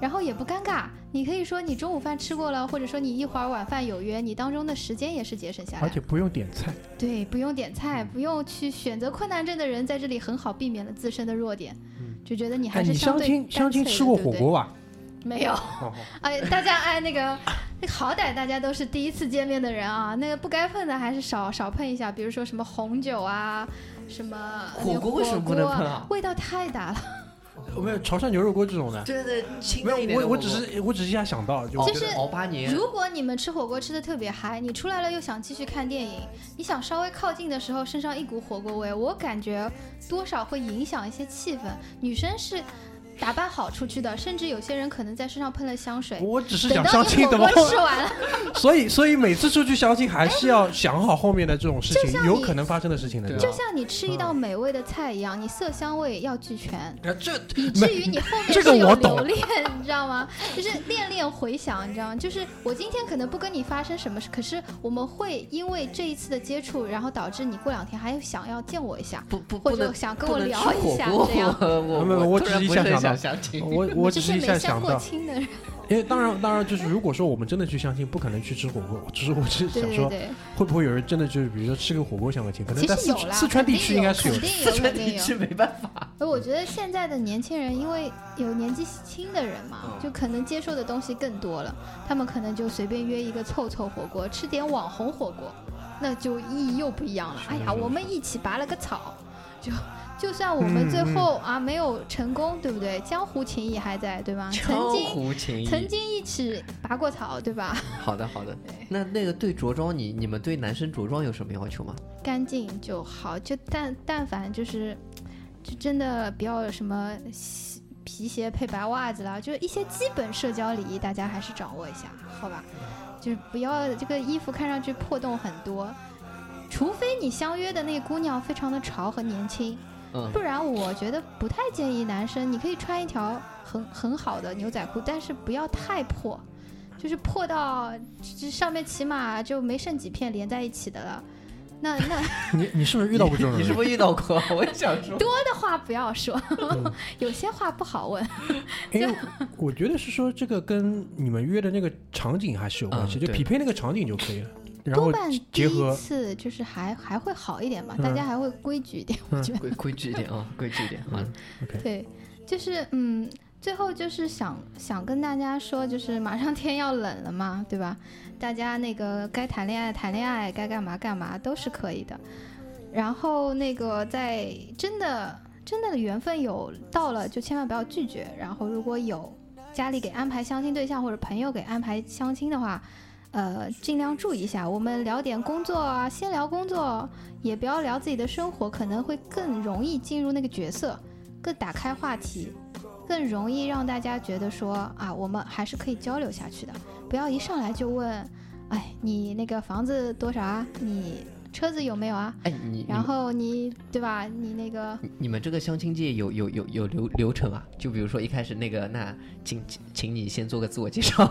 D: 然后也不尴尬。你可以说你中午饭吃过了，或者说你一会儿晚饭有约，你当中的时间也是节省下来
B: 而
D: 的。
B: 且不用点菜，哎
D: 对，不用点
B: 嗯
D: 菜，不用去选择困难症的人在这里很好避免了自身的弱点，就觉得你
B: 哎，
D: 还
B: 你
D: 是相
B: 相
D: 对
B: 亲相
D: 干脆
B: 亲
D: 的
B: 吃过
D: 对
B: 火
D: 不对
B: 锅啊哦吧？
D: 没有？哎，大家哎那个。那个好歹大家都是第一次见面的人啊，那个不该碰的还是少少碰一下，比如说什么红酒啊，什么
C: 火锅为什么不能碰啊
D: 味道太大了。
B: 没有潮汕牛肉锅这种的，
C: 对对，清淡
B: 没
C: 一点
B: 有
C: 的
B: 我我
C: 火
B: 只
C: 锅
B: 是我只是一下想到，就我
D: 就
B: 觉
D: 是
B: 得
C: 熬哦八年，
D: 如果你们吃火锅吃的特别嗨，你出来了又想继续看电影，你想稍微靠近的时候，身上一股火锅味，我感觉多少会影响一些气氛。女生是打扮好出去的，甚至有些人可能在身上喷了香水。
B: 我只是
D: 等
B: 想
D: 到
B: 相
D: 你
B: 亲，
D: 火
B: 怎么
D: 锅
B: 后？
D: 吃完了，
B: 所以所以每次出去相亲还是要想好后面的这种事
D: 就
B: 情，
D: 像
B: 有
D: 你啊
B: 可能发生的事情的，
C: 对
B: 对
D: 就
B: 吧？
D: 像你吃一
B: 嗯
D: 道美味的菜一样，你色香味要俱全，
B: 啊这
D: 以
B: 没
D: 至于你后面
B: 这
D: 是
B: 个我
D: 有
B: 懂
D: 留恋，你知道吗？就是恋恋回想，你知道吗？就是我今天可能不跟你发生什么事，可是我们会因为这一次的接触，然后导致你过两天还想要见我一下，
C: 不不
D: 或
C: 不
D: 者
C: 能
D: 想跟
C: 不
D: 我
C: 能吃
D: 聊一
C: 火
D: 下
C: 锅，
D: 这样。
C: 我我
B: 没有我
C: 突
B: 只
C: 然
B: 是一
C: 不
B: 下
C: 是很
B: 想到
C: 想相亲。
B: 我我只是
D: 是
B: 一下
D: 没
B: 想
D: 相过嗯
B: 到，
D: 亲的人，
B: 因为当然当然就是如果说我们真的去相亲，不可能去吃火锅，只是我只是
D: 对
B: 想
D: 对
B: 说
D: 对，
B: 会不会有人真的就是比如说吃个火锅相个亲，可能
D: 其
B: 在
D: 实
B: 四
D: 有啦，
B: 四川地区应该是有
D: 肯
B: 的。
D: 定有，
C: 四
D: 肯定有，
C: 川
D: 肯
C: 地
D: 定有
C: 区。没办法，
D: 而我觉得现在的年轻人，因为有年纪轻的人
C: 嗯
D: 嘛，就可能接受的东西更多了，他们可能就随便约一个凑凑火锅，吃点网红火锅，那就意义又不一样了。哎呀，我们一起拔了个草，就就算我
C: 嗯
D: 们最后啊没有成功，对不对？江湖情谊还在，对吧？ 曾
C: 江
D: 经
C: 湖情
D: 曾
C: 谊。
D: 经一起拔过草，对吧？
C: 好的好的
D: 对，
C: 那那个对着装你你们对男生着装有什么要求吗？
D: 干净就好，就但但凡就是，就真的不要什么西皮鞋配白袜子啦，就是一些基本社交礼仪，大家还是掌握一下，好吧？就是不要这个衣服看上去破洞很多，除非你相约的那个姑娘非常的潮和年轻，
C: 嗯
D: 不然我觉得不太建议男生，你可以穿一条很很好的牛仔裤，但是不要太破，就是破到这上面起码就没剩几片连在一起的了。那那
B: 你你是不是遇到过这种
C: 你
B: 人
C: 是？不是遇到过？我也想说，
D: 多的话不要说，
B: 嗯
D: 有些话不好问。
B: 因为我觉得是说这个跟你们约的那个场景还是有关系，
C: 嗯
B: 就
C: 对
B: 匹配那个场景就可以了，然
D: 多
B: 后
D: 半第
B: 结
D: 一
B: 合
D: 次就是还还会好一点吧，
B: 嗯
D: 大家还会规矩一点，我觉 得。
C: 规规矩一点啊，规矩一点。好的，
D: 对，就是嗯，最后就是想想跟大家说，就是马上天要冷了嘛，对吧？大家那个该谈恋爱谈恋爱，该干嘛干嘛都是可以的。然后那个在真的真的缘分有到了，就千万不要拒绝。然后如果有家里给安排相亲对象或者朋友给安排相亲的话，呃，尽量注意一下。我们聊点工作啊，先聊工作，也不要聊自己的生活，可能会更容易进入那个角色，更打开话题，更容易让大家觉得说啊，我们还是可以交流下去的。不要一上来就问，哎，你那个房子多少啊？你车子有没有啊？
C: 哎，你
D: 然后你对吧？你那个
C: 你你们这个相亲界有有有有流流程啊？就比如说一开始那个，那请请请你先做个自我介 绍。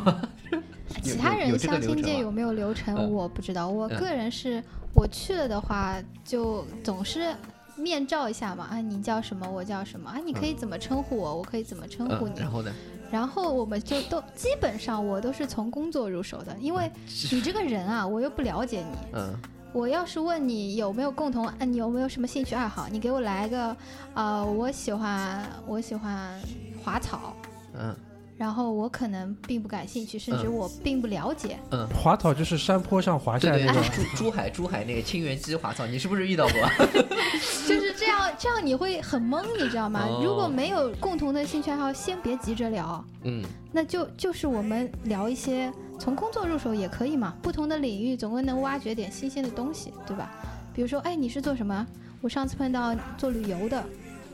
C: 有
D: 其他
C: 有
D: 人
C: 有这个
D: 相
C: 流
D: 亲
C: 程
D: 界
C: 吗
D: 有没有流程
C: 嗯
D: 我不知道，我
C: 嗯
D: 个人是我去了的话，就总是面罩一下嘛，啊，你叫什么，我叫什么，啊，你可以怎么称呼我，我可以怎么称呼
C: 嗯，
D: 你
C: 然，后呢？
D: 然后我们就都基本上我都是从工作入手的，因为你这个人啊，我又不了解你，
C: 嗯，
D: 我要是问你有没有共同，啊，你有没有什么兴趣爱好，你给我来个，呃，我喜欢我喜欢滑草，
C: 嗯
D: 然后我可能并不感兴趣，甚至
C: 嗯
D: 我并不了解。
C: 嗯，
B: 滑草就是山坡上滑
C: 对
B: 下来
C: 对，
B: 那
C: 就
B: 种
C: 是。珠珠海珠海那个清源鸡滑草，你是不是遇到过？
D: 就是这样，这样你会很懵，你知道吗？
C: 哦
D: 如果没有共同的兴趣爱好，先别急着聊，
C: 嗯，
D: 那就就是我们聊一些从工作入手也可以嘛，不同的领域总归能挖掘点新鲜的东西，对吧？比如说，哎，你是做什么？我上次碰到做旅游的，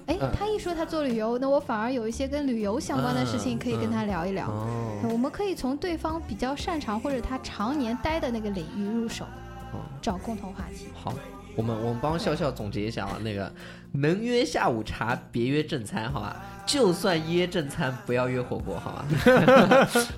D: 哎
C: 嗯，
D: 他一说他做旅游，那我反而有一些跟旅游相关的事情
C: 嗯
D: 可以跟他聊一聊。
C: 哦，
D: 我们可以从对方比较擅长或者他常年待的那个领域入手
C: 哦，
D: 找共同话题。
C: 好，我们我们帮笑笑总结一下啊，那个能约下午茶，别约正餐，好吧？就算约正餐，不要约火锅，好吧？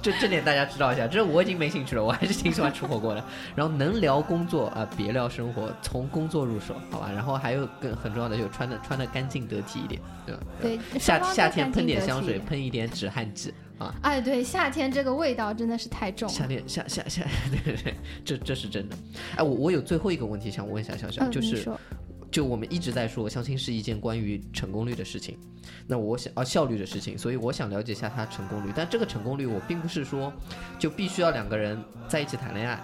C: 这这点大家知道一下，这我已经没兴趣了，我还是挺喜欢吃火锅的。然后能聊工作啊、别聊生活，从工作入手，好吧？然后还有更很重要的就是穿的穿的干净得体一点，对吧？
D: 对，
C: 夏
D: 双方都
C: 嗯夏天
D: 干
C: 喷
D: 净
C: 点
D: 得
C: 香
D: 体
C: 水，喷一点止汗剂啊。
D: 哎，对，夏天这个味道真的是太重
C: 夏
D: 了。
C: 天夏夏 夏，对对对，这这是真的。哎，我我有最后一个问题想问一下小小，
D: 嗯，
C: 就
D: 你
C: 是
D: 说
C: 就我们一直在说，相亲是一件关于成功率的事情，那我想啊效率的事情，所以我想了解一下它成功率。但这个成功率，我并不是说就必须要两个人在一起谈恋爱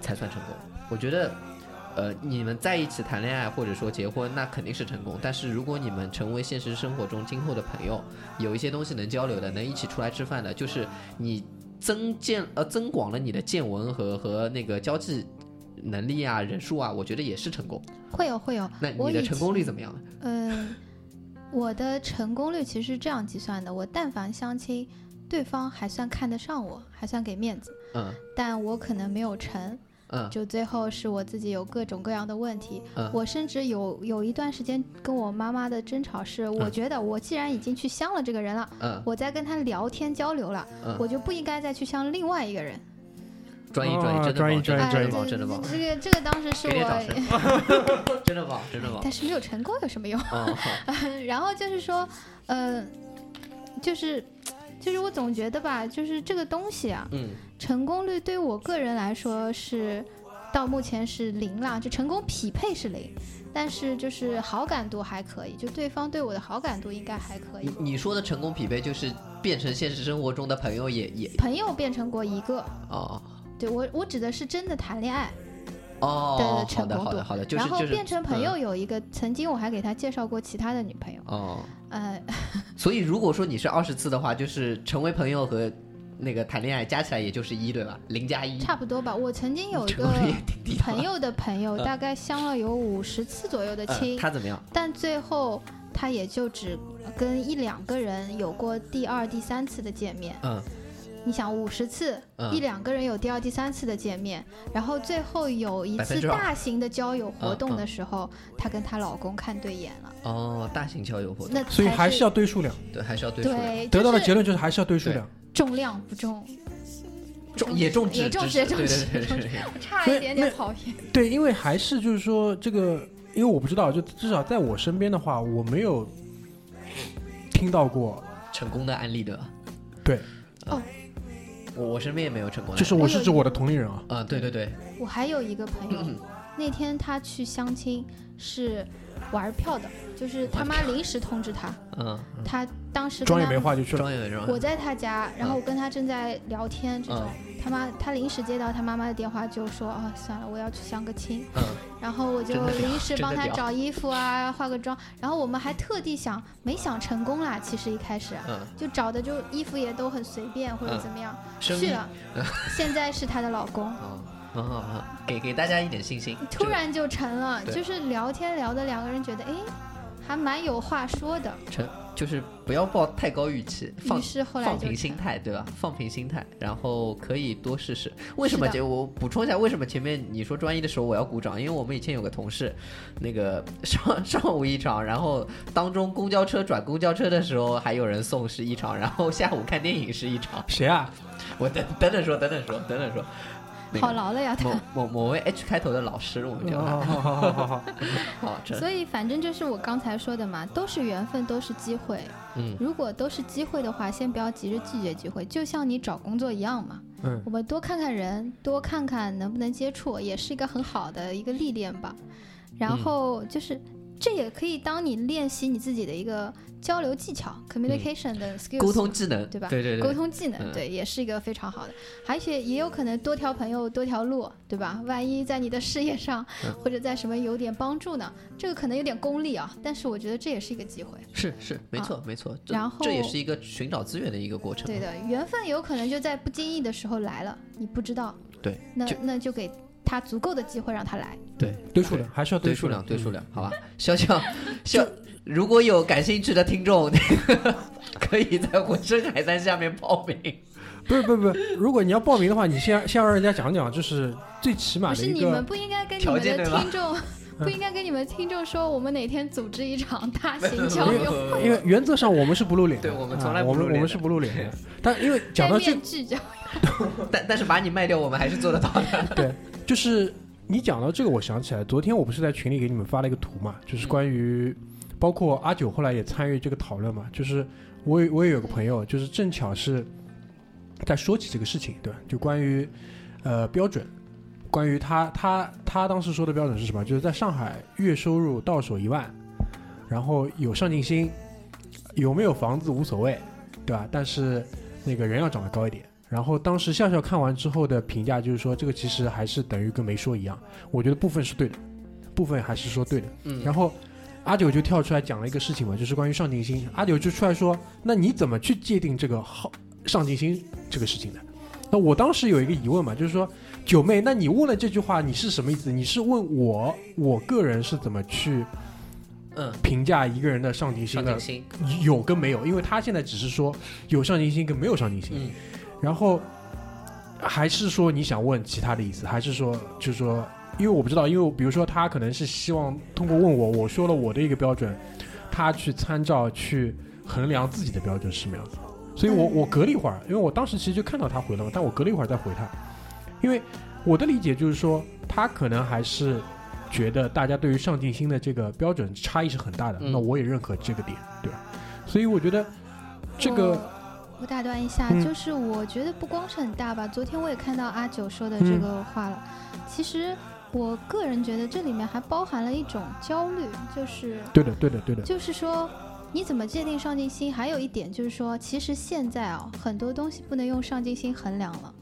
C: 才算成功。我觉得，呃，你们在一起谈恋爱或者说结婚，那肯定是成功。但是如果你们成为现实生活中今后的朋友，有一些东西能交流的，能一起出来吃饭的，就是你增见呃增广了你的见闻和和那个交际能力啊、人数啊，我觉得也是成功。
D: 会有会有，
C: 那
D: 我
C: 你的
D: 以
C: 成功率
D: 前
C: 怎么样呢？
D: 嗯，我的成功率其实是这样计算的：我但凡相亲，对方还算看得上我，还算给面子，
C: 嗯
D: 但我可能没有成，
C: 嗯
D: 就最后是我自己有各种各样的问题。
C: 嗯
D: 我甚至有有一段时间跟我妈妈的争吵是，我
C: 嗯
D: 觉得我既然已经去相了这个人了，
C: 嗯
D: 我在跟他聊天交流了，
C: 嗯，
D: 我就不应该再去相另外一个人。
C: 专一
B: 哦
C: 专一，真的
B: 专一
C: 棒，
B: 专一
C: 真的真的棒，
D: 这
C: 真的棒，
D: 这个哎这个当时是
C: 给点掌声
D: 我，，
C: 真的棒，真的棒。
D: 但是没有成功有什么用？
C: 哦，好
D: 然后就是说，呃，就是就是我总觉得吧，就是这个东西啊，
C: 嗯
D: 成功率对于我个人来说是到目前是零啦，就成功匹配是零，但是就是好感度还可以，就对方对我的好感度应该还可以
C: 你。你说的成功匹配就是变成现实生活中的朋友也也
D: 朋友变成过一个，
C: 哦
D: 对我我指的是真的谈恋爱，
C: 哦，
D: 对
C: 好
D: 成
C: 的
D: 功
C: 好的
D: 度
C: 好的，就
D: 然
C: 是
D: 后
C: 就是
D: 变成朋友
C: 嗯
D: 有一个，曾经我还给他介绍过其他的女朋友，
C: 哦。
D: 呃，
C: 所以如果说你是二十次的话，就是成为朋友和那个谈恋爱加起来也就是一对吧？零加一，
D: 差不多吧。我曾经 有一
C: 成
D: 个
C: 功率也挺低的。
D: 朋友的朋
B: 嗯
D: 友，大概相了有五十次左右的
C: 嗯，
D: 亲，
C: 他怎么样？
D: 但最后他也就只跟一两个人有过第二、第三次的见面。
C: 嗯
D: 你想，五十次、
C: 嗯
D: 一两个人有第二、第三次的见面，然后最后有一次
C: 22%
D: 大型的交友活动
C: 嗯
D: 的时候，她跟她老公看对眼了，
C: 哦，大型交友活动，
D: 那
B: 嗯所以
D: 才
B: 还是要对数量，
C: 对，还是要对数量。
D: 对
B: 得到的
D: 就是
B: 结论就是还是要对数量。
D: 重量不重，
C: 种也种植，
D: 也种
C: 植
D: 植，
C: 对对
D: 种植，
C: 对
D: 种
C: 对
D: 植
C: 对，
D: 差
B: 所以
D: 一点点
B: 那
D: 讨 厌。
B: 对，因为还是就是说这个，因为我不知道，就至少在我身边的话，我没有听到过。
C: 成功的案例对吧？啊
B: 对，
D: 哦
C: 我我身边也没有成功的案例，
B: 就是我是指我的同龄人啊。
C: 啊、对对对，
B: 嗯
D: 我还有一个朋友，那天他去相亲是玩票的，就是他妈临时通知他，
C: 嗯，
D: 他当时跟
B: 妆也
D: 他
B: 没化就去了。
C: 装有一种
D: 我在他家，然后我跟他正在聊天，这种、
C: 嗯
D: 他妈他临时接到他妈妈的电话，就说啊、算了，我要去相个亲，
C: 嗯
D: 然后我就
C: 真的屌
D: 临时帮
C: 真的
D: 他
C: 屌
D: 找衣服啊，化个妆，然后我们还特地想，没想成功啦，其实一开始。
C: 嗯，
D: 就找的就衣服也都很随便或者
C: 嗯
D: 怎么样，
C: 生
D: 去了，现在是她的老公，
C: 啊啊啊！给给大家一点信心。
D: 突然就成了，
C: 对
D: 就是聊天聊的两个人觉得哎，还蛮有话说的，
C: 这个成就是不要抱太高预期，放
D: 于是后来
C: 放
D: 就
C: 平心
D: 成。
C: 态，对吧？放平心态，然后可以多试试。为什么？
D: 是的
C: 姐，我补充一下，为什么前面你说专一的时候我要鼓掌？因为我们以前有个同事，那个上 上午一场，然后当中公交车转公交车的时候还有人送是一场，然后下午看电影是一场。
B: 谁啊？
C: 我等等等说，等等说，等等说。那
D: 好
C: 个
D: 劳了呀，
C: 某
D: 他。
C: 某某位 H 开头的老师，我们叫
B: 哦
C: 他。
B: 好好好好好，
C: 好，这
D: 所以反正就是我刚才说的嘛，都是缘分，都是机会。
C: 嗯
D: 如果都是机会的话，先不要急着拒绝机会，就像你找工作一样嘛。
B: 嗯，
D: 我们多看看人，多看看能不能接触，也是一个很好的一个历练吧。
C: 嗯
D: 然后就是。这也可以当你练习你自己的一个交流技巧、communication 的 skills，
C: 沟通技能，
D: 对吧
C: 对对
D: 沟
C: 对，
D: 通技
C: 嗯
D: 能，对，也是一个非常好的，而且也有可能多条朋友多条路，对吧？万一在你的事业上
C: 嗯
D: 或者在什么有点帮助呢？这个可能有点功利啊，但是我觉得这也是一个机会。
C: 是是，没错没错。这
D: 嗯然后
C: 这也是一个寻找资源的一个过程。
D: 对的，缘分有可能就在不经意的时候来了，你不知道。
C: 对，
D: 那
C: 就
D: 那就给他足够的机会让他来。
C: 对，
B: 堆数量还是要
C: 对
B: 堆
C: 数量，对数
B: 量。嗯
C: 量，好吧。小小小，如果有感兴趣的听众， 那个可以在浑身海山下面报名。
B: 不是不是不是，如果你要报名的话，你先先让人家讲讲，就是最起码
D: 不
B: 的
D: 是
B: 一
D: 你们
B: 个。
D: 不应该跟你
C: 条
D: 们
C: 件
D: 的
C: 对吧
D: 听众， 不应该跟你们听众说我们哪天组织一场大型交
B: 没有
D: 流，
B: 因为原则上我们是不露脸的，
C: 对我们
B: 啊
C: 从来不
B: 我们
C: 露脸的
B: 我们是不露脸 的。但因为讲
D: 戴
B: 到这
D: 面，具交流。
C: 但但是把你卖掉，我们还是做得到的。
B: 对，就是你讲到这个，我想起来，昨天我不是在群里给你们发了一个图嘛，就是关于包括阿九后来也参与这个讨论嘛，就是我也我也有个朋友，就是正巧是在说起这个事情，对吧？就关于呃标准。关于他，他他当时说的标准是什么？就是在上海月收入到手一万，然后有上进心，有没有房子无所谓，对吧？但是那个人要长得高一点。然后当时笑笑看完之后的评价就是说，这个其实还是等于跟没说一样。我觉得部分是对的，部分还是说对的。
C: 嗯
B: 然后阿九就跳出来讲了一个事情嘛，就是关于上进心。阿九就出来说，那你怎么去界定这个好上进心这个事情的？那我当时有一个疑问嘛，就是说，九妹，那你问了这句话，你是什么意思？你是问我，我个人是怎么去
C: 嗯，
B: 评价一个人的上进心
C: 上
B: 的
C: 进？心，
B: 有跟没有，因为他现在只是说有上进心跟没有上进心，
C: 嗯
B: 然后还是说你想问其他的意思，还是说就是说，因为我不知道，因为比如说他可能是希望通过问我，我说了我的一个标准，他去参照去衡量自己的标准是什么样子，所以我
D: 嗯
B: 我隔了一会儿，因为我当时其实就看到他回了嘛，但我隔了一会儿再回他，因为我的理解就是说他可能还是。觉得大家对于上进心的这个标准差异是很大的，
C: 嗯
B: 那我也认可这个点，对吧？所以我觉得这
D: 嗯
B: 个
D: 我打断一下，
B: 嗯
D: 就是我觉得不光是很大吧，昨天我也看到阿九说的
B: 嗯
D: 这个话了。其实我个人觉得这里面还包含了一种焦虑，就是
B: 对的，对的，对的，
D: 就是说。你怎么界定上进心？还有一点就是说，其实现在啊、很多东西不能用上进心衡量了，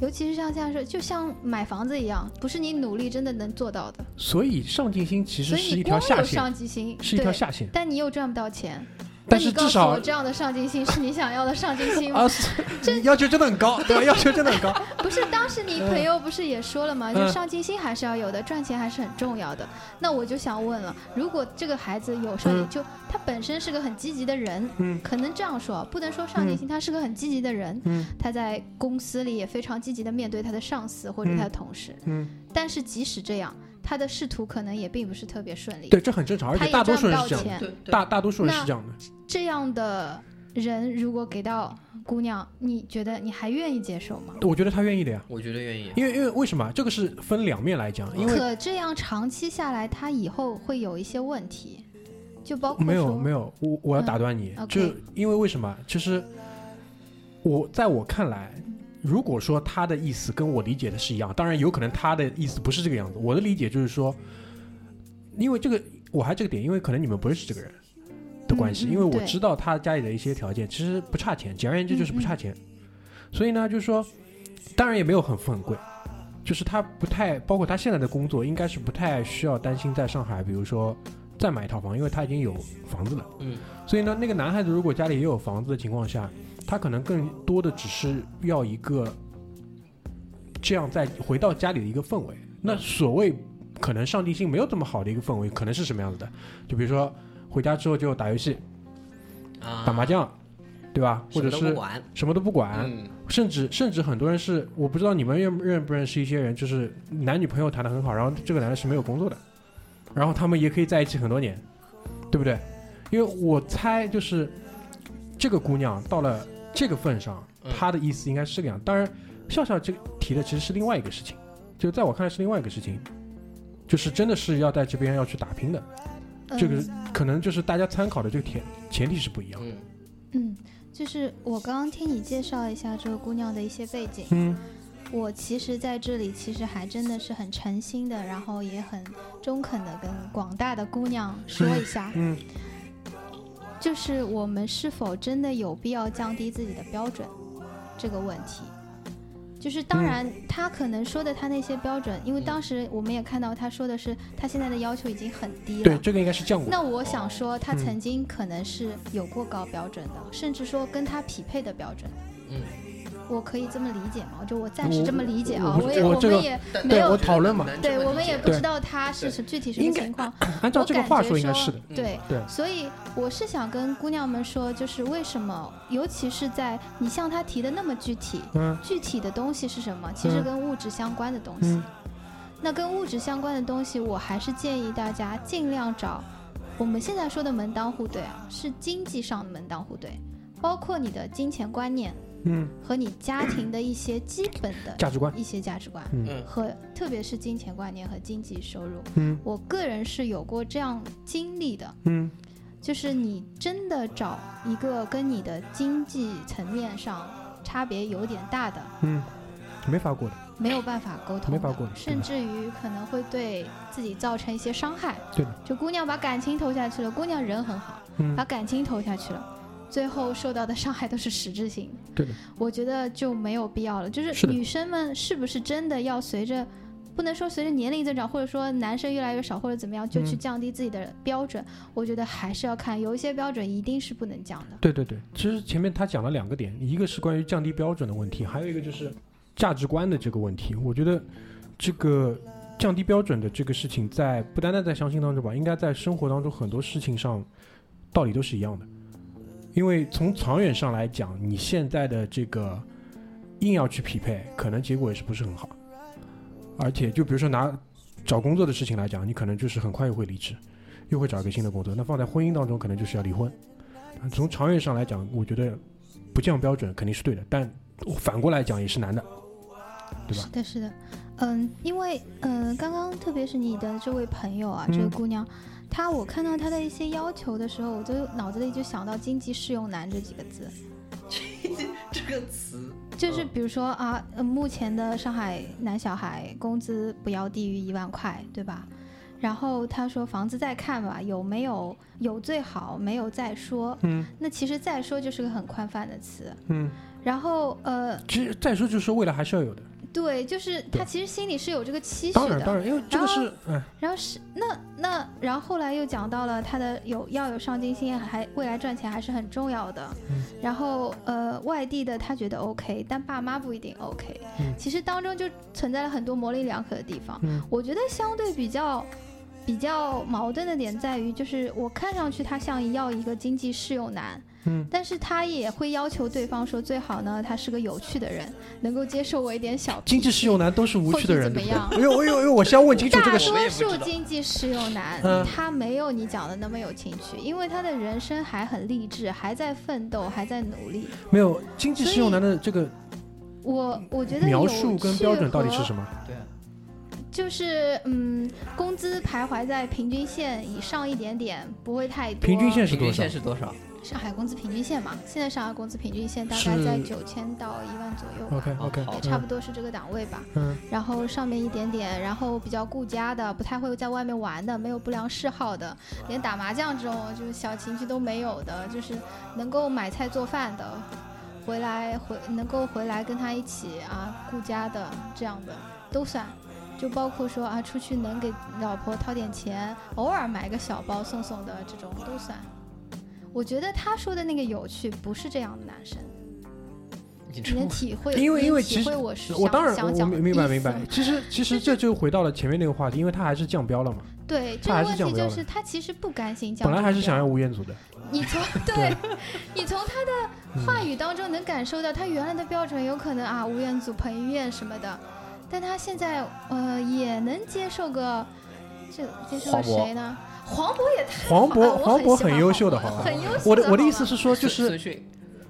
D: 尤其是像像是就像买房子一样，不是你努力真的能做到的。
B: 所以上进心其实
D: 所以
B: 是一
D: 你
B: 条
D: 光
B: 下
D: 有
B: 线，
D: 上进心，
B: 是一条
D: 对
B: 下线。
D: 但你又赚不到钱。
B: 但
D: 那
B: 是
D: 你
B: 至
D: 告诉
B: 少
D: 我这样的上进心是你想要的上进心吗？
B: 啊，是 要求真的很高，对吧？要求真的很高。
D: 不是，当时你朋友不是也说了吗？
B: 嗯
D: 就上进心还是要有的，赚钱还是很重要的。那我就想问了，如果这个孩子有上进，
B: 嗯
D: 就他本身是个很积极的人，
B: 嗯
D: 可能这样说，啊不能说上进心，他是个很积极的人，
B: 嗯
D: 他在公司里也非常积极的面对他的上司或者他的同事，
B: 嗯，
D: 但是即使这样，他的仕途可能也并不是特别顺利，
B: 对，这很正常，而
D: 他
B: 且
D: 也
B: 大
D: 赚
B: 多数
D: 不
B: 人
D: 到
B: 是这样的，
D: 钱。
C: 对对。
B: 大大多数人是这样的。
D: 这样的人如果给到姑娘，你觉得你还愿意接受吗？
B: 我觉得他愿意的呀，
C: 我觉得愿意。
B: 因为因为为什么？这个是分两面来讲，因为
D: 可这样长期下来，他以后会有一些问题，就包括
B: 没有没
D: 有，
B: 有，我我要打断你，
D: OK
B: 就是因为为什么？其实我在我看来，如果说他的意思跟我理解的是一样，当然有可能他的意思不是这个样子。我的理解就是说，因为这个我还这个点，因为可能你们不认识这个人的关系，
D: 嗯嗯
B: 因为我
D: 对
B: 知道他家里的一些条件，其实不差钱，简而言之就是不差钱。所以呢，就是说，当然也没有很富很贵，就是他不太，包括他现在的工作，应该是不太需要担心在上海，比如说再买一套房，因为他已经有房子了。
C: 嗯，
B: 所以呢，那个男孩子如果家里也有房子的情况下，他可能更多的只是要一个这样再回到家里的一个氛围。那所谓可能上进心没有这么好的一个氛围，可能是什么样子的？就比如说回家之后就打游戏、
C: 啊，
B: 打麻将，对吧？或
C: 什
B: 者
C: 么都不
B: 是
C: 管，
B: 什么都不管，
C: 嗯，
B: 甚至甚至很多人是我不知道你们认认不认识一些人，就是男女朋友谈得很好，然后这个男的是没有工作的，然后他们也可以在一起很多年，对不对？因为我猜就是这个姑娘到了这个份上，
C: 嗯
B: 她的意思应该是这个样。当然，笑笑这个提的其实是另外一个事情，就在我看来是另外一个事情，就是真的是要在这边要去打拼的，
D: 嗯
B: 这个可能就是大家参考的这个前前提是不一样的。
C: 嗯
D: 嗯，就是我刚刚听你介绍一下这个姑娘的一些背景，
B: 嗯
D: 我其实在这里其实还真的是很诚心的，然后也很中肯的跟广大的姑娘说一下，
B: 嗯
D: 就是我们是否真的有必要降低自己的标准这个问题。就是当
B: 嗯
D: 然，他可能说的他那些标准，因为
C: 嗯
D: 当时我们也看到他说的是他现在的要求已经很低
B: 对，
D: 了。
B: 这个应该是降过。
D: 那我想说，他
B: 嗯
D: 曾经可能是有过高标准的，甚至说跟他匹配的标准。
C: 嗯，
D: 我可以这么理解吗？就我暂时这么理解啊，
B: 我我
D: 也
B: 我
D: 我
B: 这个
D: 们也
C: 但
D: 没有
C: 但
B: 我讨论嘛
C: 难这么
D: 对
C: 理解
D: 我们也不知道他是
C: 对
D: 什具体什么
B: 应该
D: 情况，
B: 按照
D: 我
B: 这个
D: 感
B: 话
D: 觉
B: 说，应该
D: 说
B: 是的。
C: 嗯
D: 对
B: 对
D: 所以我是想跟姑娘们说，就是为什么，尤其是在你向他提的那么具体，
B: 嗯
D: 具体的东西是什么？其实
B: 嗯
D: 跟物质相关的东西。
B: 嗯。
D: 那跟物质相关的东西，我还是建议大家尽量找我们现在说的门当户对啊，是经济上的门当户对，包括你的金钱观念
B: 嗯，
D: 和你家庭的一些基本的
B: 价值观。
D: 一些价值观，
B: 嗯
C: 嗯
D: 和特别是金钱观念和经济收入。
B: 嗯
D: 我个人是有过这样经历的，
B: 嗯
D: 就是你真的找一个跟你的经济层面上差别有点大的，
B: 嗯，没法过的。
D: 没有办法沟通的，
B: 没法沟通
D: 甚至于可能会对自己造成一些伤害。
B: 对的，
D: 就姑娘把感情投下去了，姑娘人很好，
B: 嗯
D: 把感情投下去了，最后受到的伤害都是实质性的。
B: 对的，
D: 我觉得就没有必要了。就是是
B: 的
D: 女生们是不是真的要随着，不能说随着年龄增长，或者说男生越来越少，或者怎么样，就去
B: 嗯
D: 降低自己的标准？我觉得还是要看，有一些标准一定是不能降的。
B: 对对对。其实前面他讲了两个点，一个是关于降低标准的问题，还有一个就是价值观的这个问题。我觉得这个降低标准的这个事情在，不单单在相亲当中吧，应该在生活当中很多事情上道理都是一样的。因为从长远上来讲，你现在的这个硬要去匹配，可能结果也是不是很好。而且，就比如说拿找工作的事情来讲，你可能就是很快又会离职，又会找一个新的工作。那放在婚姻当中，可能就是要离婚。从长远上来讲，我觉得不降标准肯定是对的，但反过来讲也是难的。对吧
D: 是的，是的，嗯，因为嗯、呃刚刚特别是你的这位朋友啊，这个
B: 嗯
D: 姑娘，她我看到她的一些要求的时候，我就脑子里就想到“经济适用男”这几个字，
C: 这个词，
D: 就是
C: 嗯
D: 比如说啊、呃目前的上海男小孩工资不要低于一万块，对吧？然后她说房子再看吧，有没有有最好，没有再说。
B: 嗯
D: 那其实再说就是个很宽泛的词。
B: 嗯，
D: 然后呃，
B: 其实再说就是说未来还是要有的，
D: 对，就是
B: 对
D: 她其实心里是有这个期许的。
B: 当然当然，因为这个是哎
D: 然后是那那，然后后来又讲到了他的有要有上进心，还未来赚钱还是很重要的。
B: 嗯
D: 然后呃，外地的他觉得 OK，但爸妈不一定 OK。
B: 嗯
D: 其实当中就存在了很多模棱两可的地方。
B: 嗯
D: 我觉得相对比较比较矛盾的点在于，就是我看上去他像要一个经济适用男，
B: 嗯
D: 但是他也会要求对方说最好呢，他是个有趣的人，能够接受我一点小
B: 经济适用男都是无趣的人，
D: 或
B: 对
D: 许
B: 不
D: 怎么
B: 对哎
D: 样？
B: 呦哎呦哎呦，我先问清楚
D: 大
B: 这个
D: 多
B: 是
C: 我也不知道
D: 数经济适用男
B: 嗯，
D: 他没有你讲的那么有情趣，因为他的人生还很励志，还在奋斗，还在努力。
B: 没有经济适用男的这个
D: 我我觉得
B: 描述跟标准到底是什
D: 么？
B: 么？
C: 对啊，
D: 就是嗯，工资徘徊在平均线以上一点点，不会太多。
B: 平均线是多
C: 平均
B: 少
C: 线？是多少？
D: 上海工资平均线嘛，现在上海工资平均线大概
B: 是
D: 在九千到一万左右吧。
B: OK 嗯 OK，
C: 好
D: 也差不多是这个档位吧，
B: 嗯
D: 然后上面一点点，然后比较顾家的，不太会在外面玩的，没有不良嗜好的，连打麻将这种就是小情趣都没有的，就是能够买菜做饭的，回来回能够回来跟他一起啊顾家的这样的都算，就包括说啊出去能给老婆掏点钱，偶尔买个小包送送的这种都算。我觉得他说的那个有趣不是这样的男生，
C: 你
D: 你
C: 这
D: 能体会，
B: 因为
D: 你
B: 因为
D: 体
B: 其实
D: 会我是
B: 我
D: 想
B: 当然
D: 想
B: 我
D: 讲的
B: 明明白
D: 意
B: 明
D: 思
B: 白，其实其实这就回到了前面那个话题，因为他还是降标了嘛，
D: 对，这
B: 他还是
D: 个问
B: 降
D: 题
B: 不了
D: 就
B: 的
D: 是他其实不甘心降。
B: 本来还是想要吴彦祖的，
D: 你从对，你从他的
B: 嗯
D: 话语当中能感受到，他原来的标准有可能啊，吴彦祖、彭于晏什么的，但他现在呃也能接受个，这接受
C: 黄
D: 个
C: 渤
D: 谁呢？黄渤也太
B: 黄
D: 好了
B: 渤
D: 啊我
B: 黄
D: 很
B: 渤
D: 喜
B: 很
D: 欢
B: 优
D: 黄
B: 秀的，
D: 渤
B: 好吧？
D: 很优秀
B: 我的
D: 的
B: 我的
D: 好
B: 意思
D: 吧
B: 是说，就
C: 孙
B: 是
C: 孙迅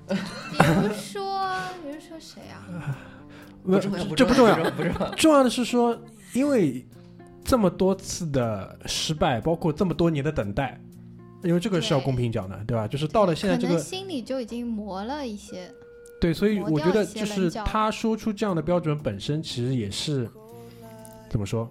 D: 比如说，比如说谁啊？
B: 呃
C: 不重要，
B: 这不重
C: 重
B: 要，
C: 不重要。
B: 重要的是说，因为这么多次的失败，包括这么多年的等待，因为这个是要
D: 对
B: 公平讲的，对吧？就是到了现在
D: 可
B: 这
D: 能
B: 个，
D: 心里就已经磨了一些，
B: 对，所以
D: 磨
B: 我
D: 掉
B: 觉得
D: 一些
B: 就
D: 棱
B: 是
D: 角
B: 他说出这样的标准本身，其实也是怎么说，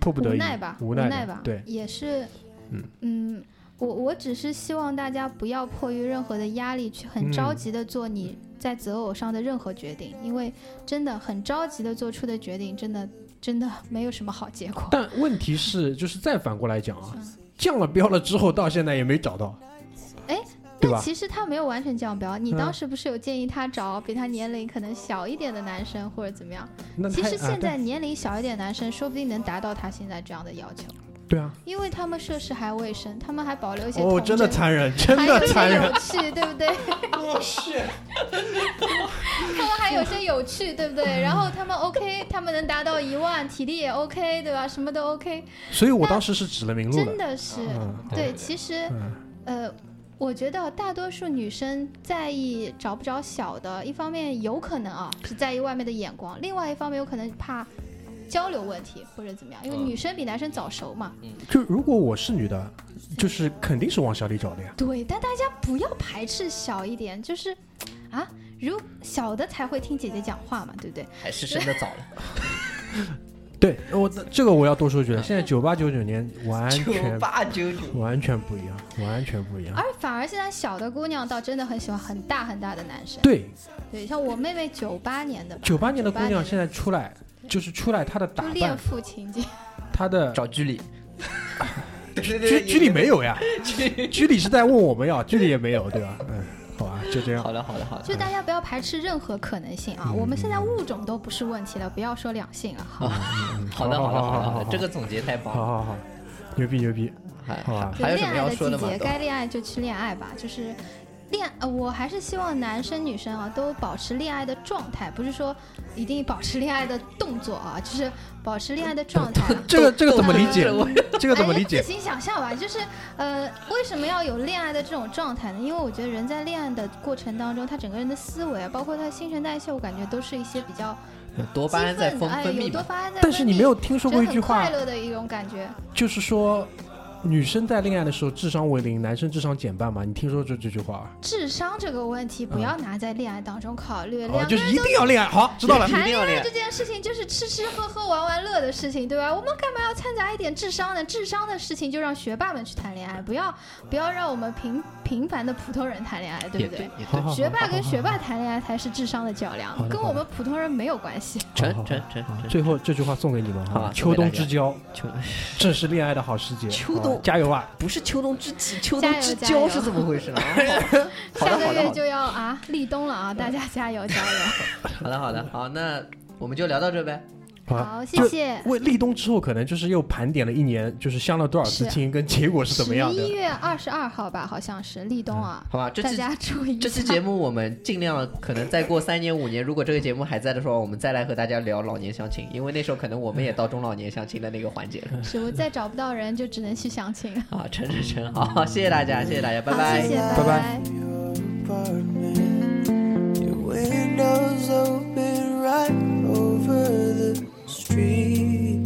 B: 迫不得
D: 无
B: 已
D: 奈吧，
B: 无
D: 无
B: 奈的
D: 吧，
B: 对，
D: 也是
B: 嗯，
D: 嗯，我我只是希望大家不要迫于任何的压力去很着
B: 嗯
D: 急的做你在择偶上的任何决定，因为真的很着急的做出的决定，真的真的没有什么好结果。
B: 但问题是，就是再反过来讲啊
D: 嗯，
B: 降了标了之后，到现在也没找到，
D: 哎，
B: 对
D: 那
B: 吧？
D: 其实他没有完全降标，你
B: 嗯
D: 当时不是有建议他找比他年龄可能小一点的男生或者怎么样？
B: 那
D: 其
B: 他
D: 实
B: 啊
D: 现
B: 对
D: 在年龄小一点的男生说不定能达到他现在这样的要求，
B: 对啊，
D: 因为他们涉世还未深，他们还保留一些
B: 哦，
D: 童
B: 真
D: 真
B: 的残忍，真
D: 还有
B: 的
D: 一
B: 残
D: 些
B: 忍
D: 有，趣，对不对？
B: 我去。
D: 他们还有些有趣，对不对？
B: 嗯
D: 然后他们 OK，他们能达到一万，体力也 OK，对吧？什么都 OK，
B: 所以我当时是指了明路
D: 真
B: 的，
D: 的呃是
B: 嗯
D: 对。其实
B: 嗯，
D: 呃，我觉得大多数女生在意找不着小的，一方面有可能啊是在意外面的眼光，另外一方面有可能怕。交流问题或者怎么样，因为
C: 嗯
D: 女生比男生早熟嘛。
B: 就如果我是女的，就是肯定是往小里找的呀。
D: 对，但大家不要排斥小一点，就是啊，如小的才会听姐姐讲话嘛，对不对？
C: 还是生的早了，
B: 对我这个我要多说一句了，现在九八九九年完
C: 九
B: 全
C: 八九九，
B: 完全不一样，完全不一样。
D: 而反而现在小的姑娘倒真的很喜欢很大很大的男生，
B: 对，
D: 对，像我妹妹九八年的吧，
B: 九八年的姑娘
D: 98
B: 现在出来，就是出来她的打
D: 就恋
B: 扮，
D: 父情节，
B: 她的
C: 找居里。 对
B: 居
C: 对对，
B: 居里没有 呀，居里是在问我们要，居里也没有，对吧？嗯，好吧，就这样
C: 好。了好了好了，
D: 就大家不要排斥任何可能性啊！我们现在物种都不是问题了，不要说两性了，好吧，
C: 好的
B: 嗯好好
C: 好的
B: 好
C: 好的
B: 好
C: 好
B: 好
C: 的，这个总结太棒
B: 好
C: 了。哎
B: 好好，牛逼牛逼，
C: 还
B: 好吧
D: 就
C: 还有什
D: 恋
C: 么
D: 爱
C: 要
D: 的
C: 说
D: 季
C: 的吗
D: 节，？该恋爱就去恋爱吧，就是。恋，呃，我还是希望男生女生啊都保持恋爱的状态，不是说一定保持恋爱的动作啊，就是保持恋爱的状态啊、
B: 这个这个怎么理解
C: 这？我
B: 这个怎么理
D: 哎
B: 解
D: 自？行想象吧，就是呃，为什么要有恋爱的这种状态呢？因为我觉得人在恋爱的过程当中，他整个人的思维啊，包括他的新陈代谢，我感觉都是一些比较
C: 多巴胺
D: 激
C: 在
D: 奋的，
C: 分
D: 哎，
C: 分
D: 有
C: 泌
D: 多
C: 嘛，
D: 巴胺在分泌。
B: 但是你没有听说过
D: 觉得
B: 一
D: 很
B: 句话
D: 快，乐的一种感觉，
B: 就是说，女生在恋爱的时候智商为零，男生智商减半嘛？你听说这这句话啊？
D: 智商这个问题不要拿在恋爱当中考虑。
B: 哦，
D: 两个
B: 就是
D: 人
B: 一定要恋爱，好，知道了。
C: 一
D: 谈
C: 定
D: 恋
C: 要
D: 爱
C: 练
D: 这。件事情就是吃吃喝喝、玩玩乐的事情，对吧？我们干嘛要掺杂一点智商呢？智商的事情就让学霸们去谈恋爱，不要不要让我们平平凡的普通人谈恋爱，对
C: 也
D: 不
C: 对
D: 对？
C: 也
B: 好
C: 对
B: 好，好
D: 学霸跟
B: 好
D: 学霸谈恋爱才是智商的较量
B: 好的，
D: 跟
B: 好
D: 我
B: 的
D: 们普通人没有关系。
B: 好
C: 成
B: 好
C: 成成
B: 好
C: 成
B: 最后这句话送给你们
C: 好
B: 哈，
C: 啊
B: 秋冬
C: 送给大家
B: 之交，
C: 秋
B: 正是恋爱的好时节。
C: 秋
B: 好吧
C: 冬
B: 加油啊！
C: 不是秋冬之气，秋
D: 加
C: 冬
D: 油
C: 之
D: 加油
C: 交是怎么回 事呢？ 好的好的
D: 下个
C: 好
D: 月
C: 的
D: 就要啊立冬了啊，大家加油加油！
C: 好的好的好，那我们就聊到这呗。
D: 嗯
B: 好啊，
D: 好，谢
B: 就
D: 谢。
B: 为立冬之后，可能就是又盘点了一年，就是相了多少次
D: 是
B: 亲，跟结果是怎么
D: 十
B: 样
D: 一
B: 的。
D: 月二十二号吧，好像是立冬啊，
C: 好吧，这
D: 大
C: 期
D: 家注意一下。
C: 这期节目我们尽量可能再过三年五年，如果这个节目还在的时候，我们再来和大家聊老年相亲，因为那时候可能我们也到中老年相亲的那个环节 了。
D: 是我再找不到人，就只能去相亲了。
C: 啊，成成成，好，谢谢大家，谢谢大家，拜拜。
D: 好，谢谢，
B: 拜拜
D: 拜
A: apartment. Your windows open right over the street.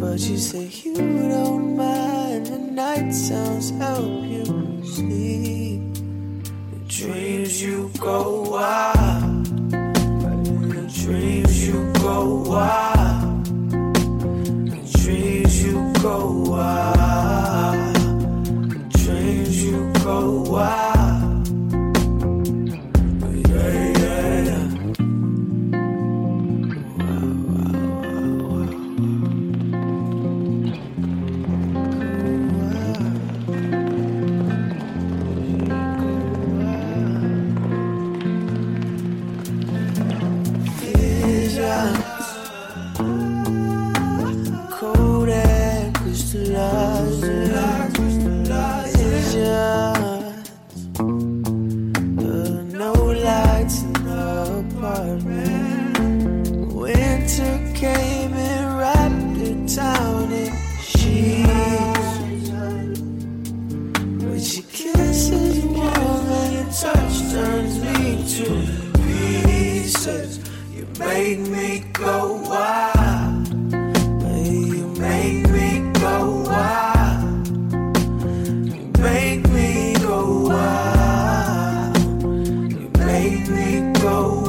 A: But you say you don't mind, the night sounds help you go wild. Dreams you go wild. Dreams you go wild. Yeah, yeah, yeah. visions Cold and crystallized visions The no lights in the apartment Winter came and wrapped the town in sheets But she kisses warm and your touch turns me to pieces You make me go wild you make me go wild. You make me go wild. You make me go